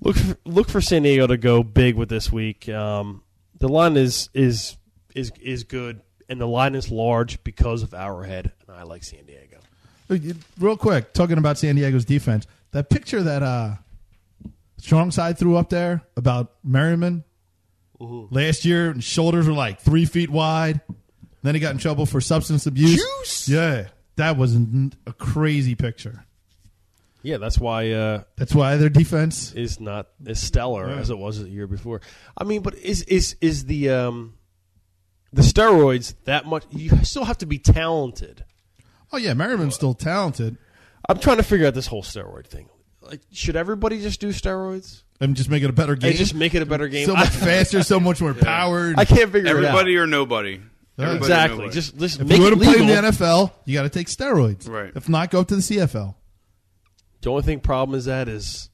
S3: look for, look for San Diego to go big with this week. Um, the line is is is is good, and the line is large because of Arrowhead, and I like San Diego.
S4: Look, you- Real quick, talking about San Diego's defense. That picture that uh, Strong Side threw up there about Merriman last year, and shoulders were like three feet wide. Then he got in trouble for substance abuse.
S1: Juice!
S4: Yeah, that was n- a crazy picture.
S3: Yeah, that's why uh,
S4: That's why their defense.
S3: is not as stellar as it was the year before. I mean, but is is is the um, the steroids that much? You still have to be talented.
S4: Oh yeah, Merriman's still talented.
S3: I'm trying to figure out this whole steroid thing. Like, should everybody just do steroids
S4: I'm just making a better game.
S3: and just make it a better game?
S4: so much faster, so much more powered.
S3: I can't figure it out.
S1: Everybody or nobody. Everybody or
S3: Exactly.
S1: nobody.
S3: Just just
S4: If
S3: make
S4: you
S3: it
S4: want to play in the
S3: legal.
S4: NFL, you got to take steroids.
S1: Right.
S4: If not, go up to the CFL.
S3: The only thing problem is that is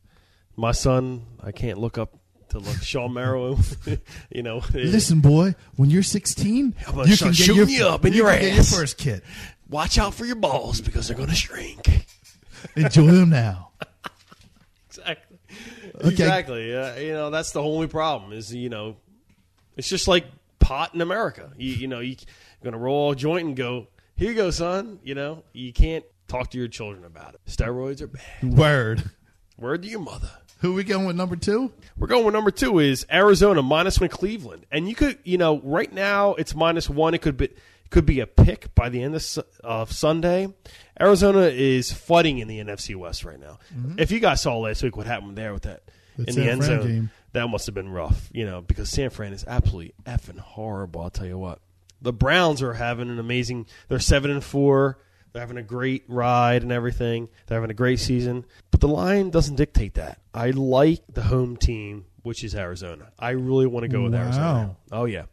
S3: my son. I can't look up to look Sean Merrill. you know,
S4: Listen, boy, when you're 16,
S3: I'm gonna
S4: you can
S3: start
S4: get your,
S3: shooting you up in
S4: you
S3: your
S4: can get your
S3: ass.
S4: first kid.
S3: watch out for your balls because they're going to shrink.
S4: Enjoy them now.
S3: Exactly. Exactly. Uh, you know, that's the only problem is you know, it's just like pot in America. You you know, you're going to roll a joint and go, here you go, son. You know, you can't talk to your children about it. Steroids are bad.
S4: Word.
S3: Word to your mother.
S4: Who we going with number two?
S3: We're going with number two is Arizona minus one Cleveland, and you could you know right now it's minus one. It could be it could be a pick by the end of, Su- of Sunday. Arizona is fighting in the NFC West right now. If you guys saw last week what happened there with that
S4: Mm-hmm. That
S3: in
S4: San
S3: the end
S4: Fran
S3: zone,
S4: game.
S3: that must have been rough, you know, because San Fran is absolutely effing horrible. I'll tell you what, the Browns are having an amazing. They're seven and four. They're having a great ride and everything. They're having a great season, but the line doesn't dictate that. I like the home team, which is Arizona. I really want to go with
S4: Wow.
S3: Arizona. Oh yeah.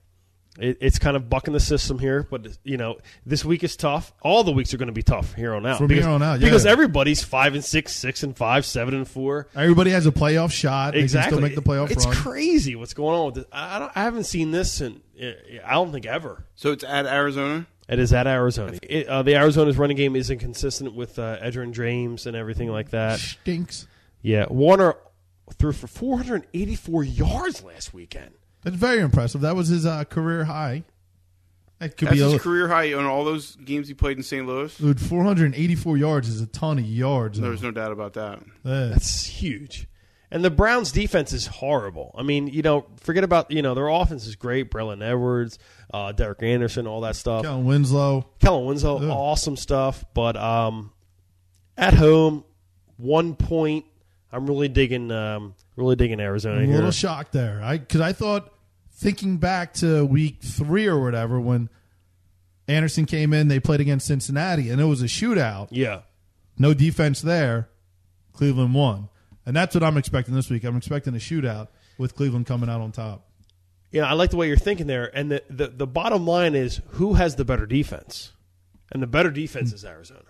S3: It, it's kind of bucking the system here, but you know this week is tough. All the weeks are going to be tough here on out.
S4: From
S3: because,
S4: here on out,
S3: because
S4: yeah.
S3: everybody's five and six, six and five, seven and four.
S4: Everybody has a playoff shot.
S3: Exactly.
S4: They can still make the playoff
S3: it's
S4: run.
S3: crazy what's going on with this. I, I don't, I haven't seen this in, I don't think ever.
S1: so it's at Arizona.
S3: It is at Arizona. It, uh, the Arizona's running game isn't consistent with uh, Edgerrin James and everything like that.
S4: Stinks.
S3: Yeah, Warner threw for 484 yards last weekend.
S4: That's very impressive. That was his uh, career high. That could
S1: That's
S4: be a
S1: his career high on all those games he played in St. Louis.
S4: Dude, 484 yards is a ton of yards.
S1: There's no doubt about that.
S4: Yeah.
S3: That's huge. And the Browns' defense is horrible. I mean, you know, forget about you know their offense is great. Braylon Edwards, uh, Derek Anderson, all that stuff.
S4: Kellen Winslow.
S3: Kellen Winslow,
S4: Yeah.
S3: awesome stuff. But um, at home, one point. I'm really digging, um, really digging Arizona
S4: I'm a
S3: here.
S4: little shocked there. I because I thought thinking back to week three or whatever when Anderson came in, they played against Cincinnati and it was a shootout.
S3: yeah,
S4: No defense there. Cleveland won, and that's what I'm expecting this week. I'm expecting a shootout with Cleveland coming out on top.
S3: you know, I like the way you're thinking there. And the, the the bottom line is who has the better defense, and the better defense is Arizona,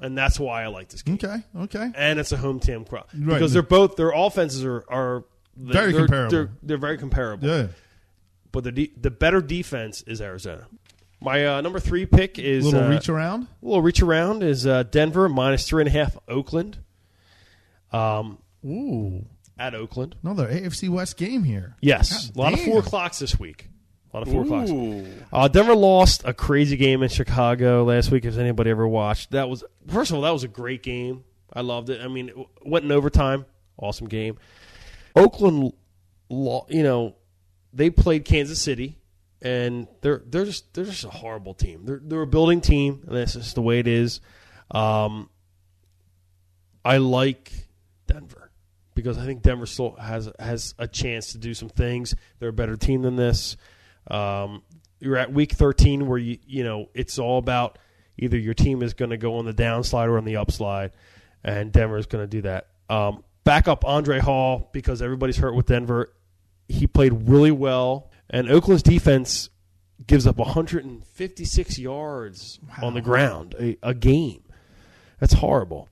S3: and that's why I like this game.
S4: Okay, okay.
S3: and it's a home team crop
S4: Right.
S3: because they're both their offenses are are they're,
S4: Very
S3: they're-
S4: comparable.
S3: They're, they're very comparable.
S4: Yeah,
S3: But the de- the better defense is Arizona. My uh, number three pick is
S4: little
S3: uh,
S4: reach around.
S3: little reach around is uh, Denver minus three and a half. Oakland um,
S4: Ooh,
S3: at Oakland.
S4: another AFC West game here.
S3: Yes,
S4: God
S3: a lot of
S4: damn.
S3: four o'clocks this week. A lot of four o'clocks.
S1: Ooh.
S3: Uh, Denver lost a crazy game in Chicago last week. If anybody ever watched, that was first of all that was a great game. I loved it. I mean, it w- went in overtime. Awesome game. Oakland, lo- you know, they played Kansas City and they're they're just they're just a horrible team. They're they're a building team, and that's just the way it is. Um, I like Denver because I think Denver still has has a chance to do some things. They're a better team than this. Um, you're at week 13 where you you know it's all about either your team is going to go on the downslide or on the upslide, and Denver is going to do that. Um, back up Andre Hall because everybody's hurt with Denver. He played really well, and Oakland's defense gives up 156 yards on the ground a, a game. That's horrible.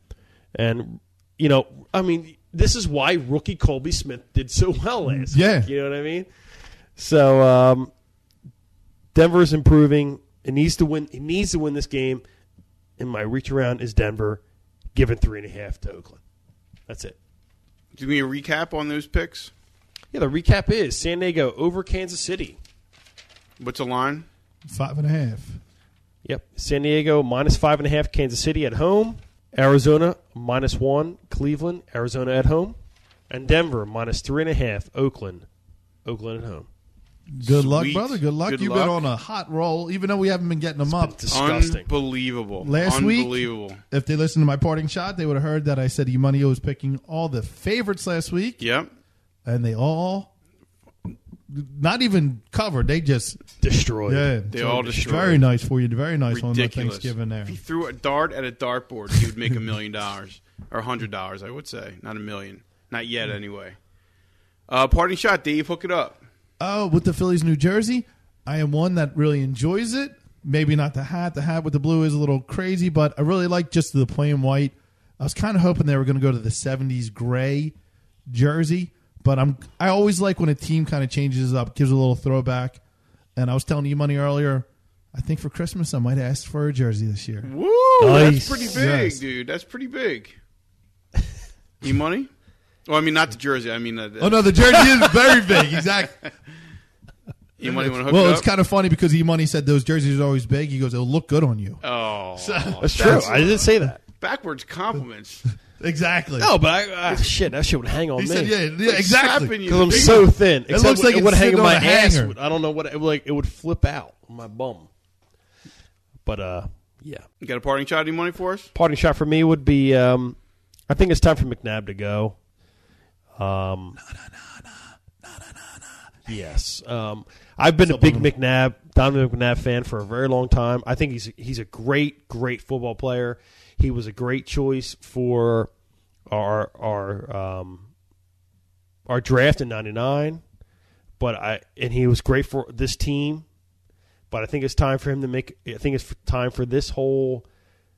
S3: And you know, I mean, this is why rookie Colby Smith did so well last
S4: Yeah.
S3: week. You know what I mean? So um, Denver's improving. It needs to win. It needs to win this game. And my reach around is Denver, giving three and a half to Oakland. That's it.
S1: Do you need a recap on those picks?
S3: Yeah, the recap is San Diego over Kansas City.
S1: What's the line?
S4: Five and a half.
S3: Yep. San Diego minus five and a half, Kansas City at home. Arizona minus one, Cleveland, Arizona at home. And Denver minus three and a half, Oakland, Oakland at home.
S4: Good luck,
S1: Sweet.
S4: brother. Good luck.
S1: Good
S4: You've
S1: luck.
S4: been on a hot roll, even though we haven't been getting them up.
S3: Disgusting.
S1: Unbelievable.
S4: Last week-
S1: Unbelievable.
S4: If they listened to my parting shot, they would have heard that I said Emunio was picking all the favorites last week,
S1: Yep.
S4: and they all not even covered. They just
S3: Destroyed.
S4: yeah,
S1: They all destroyed.
S4: Very nice for you. Very nice on the
S1: Ridiculous.
S4: Thanksgiving there.
S1: If he threw a dart at a dartboard, he would make a million dollars or a hundred dollars. I would say not a million, not yet anyway. Uh, parting shot, Dave. Hook it up.
S4: Oh, with the Phillies, New Jersey, I am one that really enjoys it. Maybe not the hat. The hat with the blue is a little crazy, but I really like just the plain white. I was kind of hoping they were going to go to the '70s gray jersey, but I'm I always like when a team kind of changes it up, gives a little throwback. And I was telling you money earlier. I think for Christmas I might ask for a jersey this year.
S1: Woo! That's
S3: Nice.
S1: pretty big,
S4: Yes.
S1: dude. That's pretty big. You money? Well, I mean, not the jersey. I mean, uh,
S4: Oh no, the jersey is very big. Exactly.
S1: you money want to hook
S4: Well,
S1: it
S4: it's
S1: up?
S4: kind of funny because E Money said those jerseys are always big. He goes, "It'll look good on you."
S1: oh,
S3: That's true. I didn't say that.
S1: backwards compliments.
S4: Exactly.
S1: Oh,
S3: No, but I, ah, shit, that shit would hang on
S4: he
S3: me.
S4: said, "Yeah, yeah exactly."
S1: Slapping you.
S3: Because I'm
S1: Big-
S3: so thin. Except
S4: looks like
S3: it
S4: it's
S3: would hang
S4: sitting
S3: on
S4: on
S3: my
S4: a
S3: ass.
S4: hanger.
S3: Would- I don't know what it, like. It would flip out on my bum. But uh, yeah.
S1: You got a parting shot? Any money for us?
S3: Parting shot for me would be. Um, I think it's time for McNabb to go. Um, Yes, um, I've been a big McNabb, Donovan McNabb fan for a very long time. I think he's he's a great, great football player. He was a great choice for our our um, our draft in '99, but I and he was great for this team. But I think it's time for him to make. I think it's time for this whole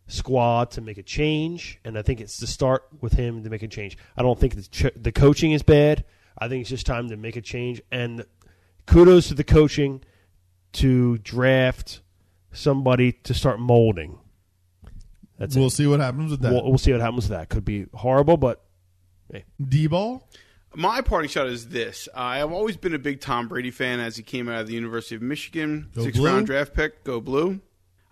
S3: squad to make a change, and I think it's to start with him to make a change. I don't think the ch- the coaching is bad. I think it's just time to make a change. And kudos to the coaching to draft somebody to start molding. That's
S4: we'll
S3: it.
S4: see what happens with that.
S3: We'll, we'll see what happens with that. Could be horrible, but
S4: D ball.
S1: My parting shot is this. I have always been a big Tom Brady fan as he came out of the University of Michigan.
S4: Go
S1: six
S4: blue.
S1: round draft pick, go blue.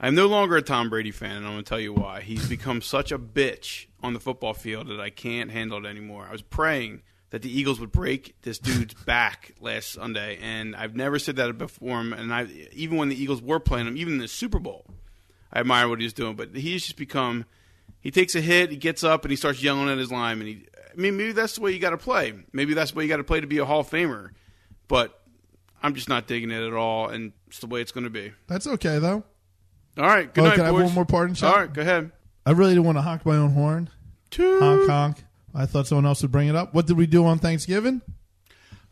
S1: I'm no longer a Tom Brady fan, and I'm going to tell you why. He's become such a bitch on the football field that I can't handle it anymore. I was praying that the Eagles would break this dude's back last Sunday, and I've never said that before him. And I, even when the Eagles were playing him, even in the Super Bowl, I admire what he's doing, but he's just become. He takes a hit, he gets up, and he starts yelling at his lineman. He, I mean, maybe that's the way you got to play. Maybe that's the way you got to play to be a Hall of Famer. But I'm just not digging it at all, and it's the way it's going to be.
S4: That's okay though.
S1: All right, good
S4: Oh,
S1: night,
S4: can I have
S1: boys.
S4: one more parting shot?
S1: All right, go ahead.
S4: I really didn't want to honk my own horn. Honk honk. I thought someone else would bring it up. What did we do on Thanksgiving?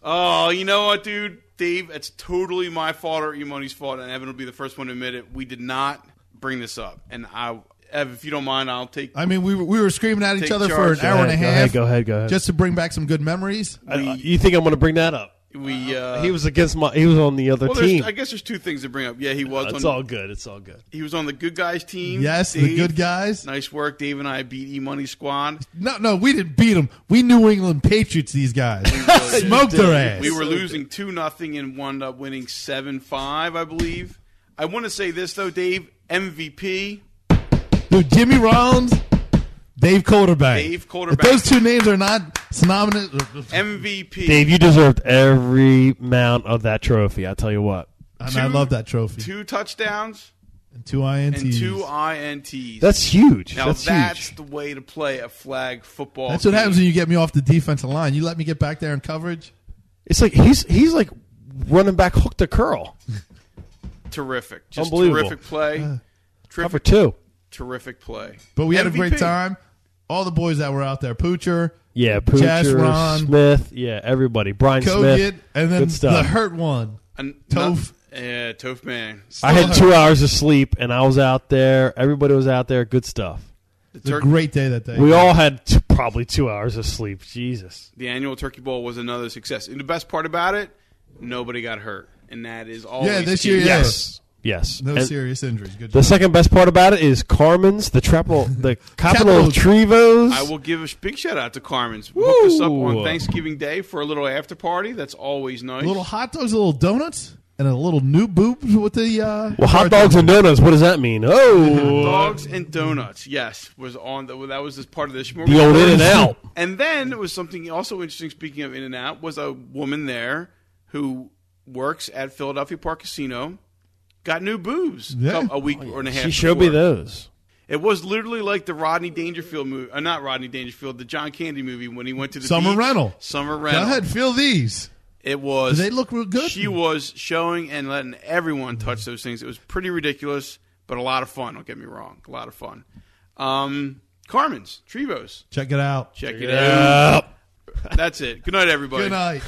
S1: Oh, you know what, dude? Dave, it's totally my fault or Imoni's fault, and Evan will be the first one to admit it. We did not bring this up, and I, Ev, if you don't mind, I'll take.
S4: I mean, we were, we were screaming at each
S1: Take
S4: other
S1: charge.
S4: for
S1: Go
S4: an hour and a
S3: ahead, go
S4: half.
S3: ahead, go ahead, go ahead.
S4: Just to bring back some good memories.
S3: I- I- you think I'm going to bring that up?
S1: We uh,
S3: He was against my. He was on the other
S1: well. there's-
S3: team.
S1: I guess there's two things to bring up. Yeah, he was.
S3: it's
S1: on,
S3: all good. It's all good.
S1: He was on the good guys team.
S4: Yes, the
S1: Dave.
S4: good guys.
S1: Nice work, Dave and I beat E Money Squad.
S4: No, no, we didn't beat them. We New England Patriots. These guys smoked their ass.
S1: We were losing two nothing and wound up winning seven five, I believe. I want to say this though, Dave MVP.
S4: Dude, Jimmy Rollins, Dave Quarterback.
S1: Dave Quarterback.
S4: If those two names are not synonymous.
S1: MVP.
S3: Dave, you deserved every mount of that trophy. I tell you what.
S4: I, mean,
S1: Two-
S4: I love that trophy. Two,
S1: Two touchdowns
S4: two ints.
S1: and two ints.
S3: That's huge.
S1: now
S3: that's,
S1: that's,
S3: huge.
S1: the way to play a flag football.
S4: That's what
S1: game.
S4: happens when you get me off the defensive line. You let me get back there in coverage.
S3: It's like he's he's like running back hook to curl.
S1: Terrific, just
S3: Unbelievable.
S1: terrific play.
S3: Cover
S1: Terrific,
S3: two.
S1: terrific play.
S4: Uh, But we had a great
S1: MVP.
S4: time. All the boys that were out there, Poocher,
S3: Yeah,
S4: Jazz
S3: Poocher,
S4: Ron.
S3: Smith. Yeah, everybody. Brian
S4: Kogut,
S3: Smith.
S4: and then
S3: Good stuff.
S4: the hurt one.
S1: An-
S4: Toph.
S1: no- yeah, Toph man.
S3: I had
S4: hurt.
S3: two hours of sleep, and I was out there. Everybody was out there. Good stuff.
S1: The,
S4: It was a
S1: tur-
S4: great day that day.
S3: We all had t- probably two hours of sleep. Jesus.
S1: the annual Turkey Bowl was another success, and the best part about it, nobody got hurt, and that is all.
S4: this year, yeah.
S3: Yes. Yes.
S4: no
S3: And
S4: serious injuries. Good
S3: the
S4: job.
S3: second best part about it is Carmen's, the triple, the capital
S4: Capital.
S3: of Trevos.
S1: I will give a big shout out to Carmen's. Hooked us up on
S3: Woo.
S1: Thanksgiving Day for a little after party. That's always nice.
S4: little hot dogs, little donuts, and a little new boobs with the. Uh,
S3: well, hot dogs and donuts. What does that mean? Oh,
S1: Dogs and donuts, yes, was on the, that was this part of the smorgasbord.
S3: the old In and Out.
S1: And then it was something also interesting. Speaking of In and Out, was a woman there who works at Philadelphia Park Casino, got new boobs
S4: Yeah.
S1: come- a week or and a half.
S3: She showed me
S1: before.
S3: those.
S1: It was literally like the Rodney Dangerfield movie, uh, not Rodney Dangerfield, the John Candy movie when he went to the
S4: Summer
S1: beach.
S4: Rental.
S1: Summer
S4: Go
S1: Rental.
S4: ahead, feel these.
S1: It was.
S4: Do they look real good?
S1: She was showing and letting everyone touch those things. It was pretty ridiculous, but a lot of fun. Don't get me wrong, a lot of fun. Um, Carmen's Trevos,
S4: Check it out.
S1: check it
S3: Yep.
S1: out. That's it. Good night, everybody.
S4: Good night.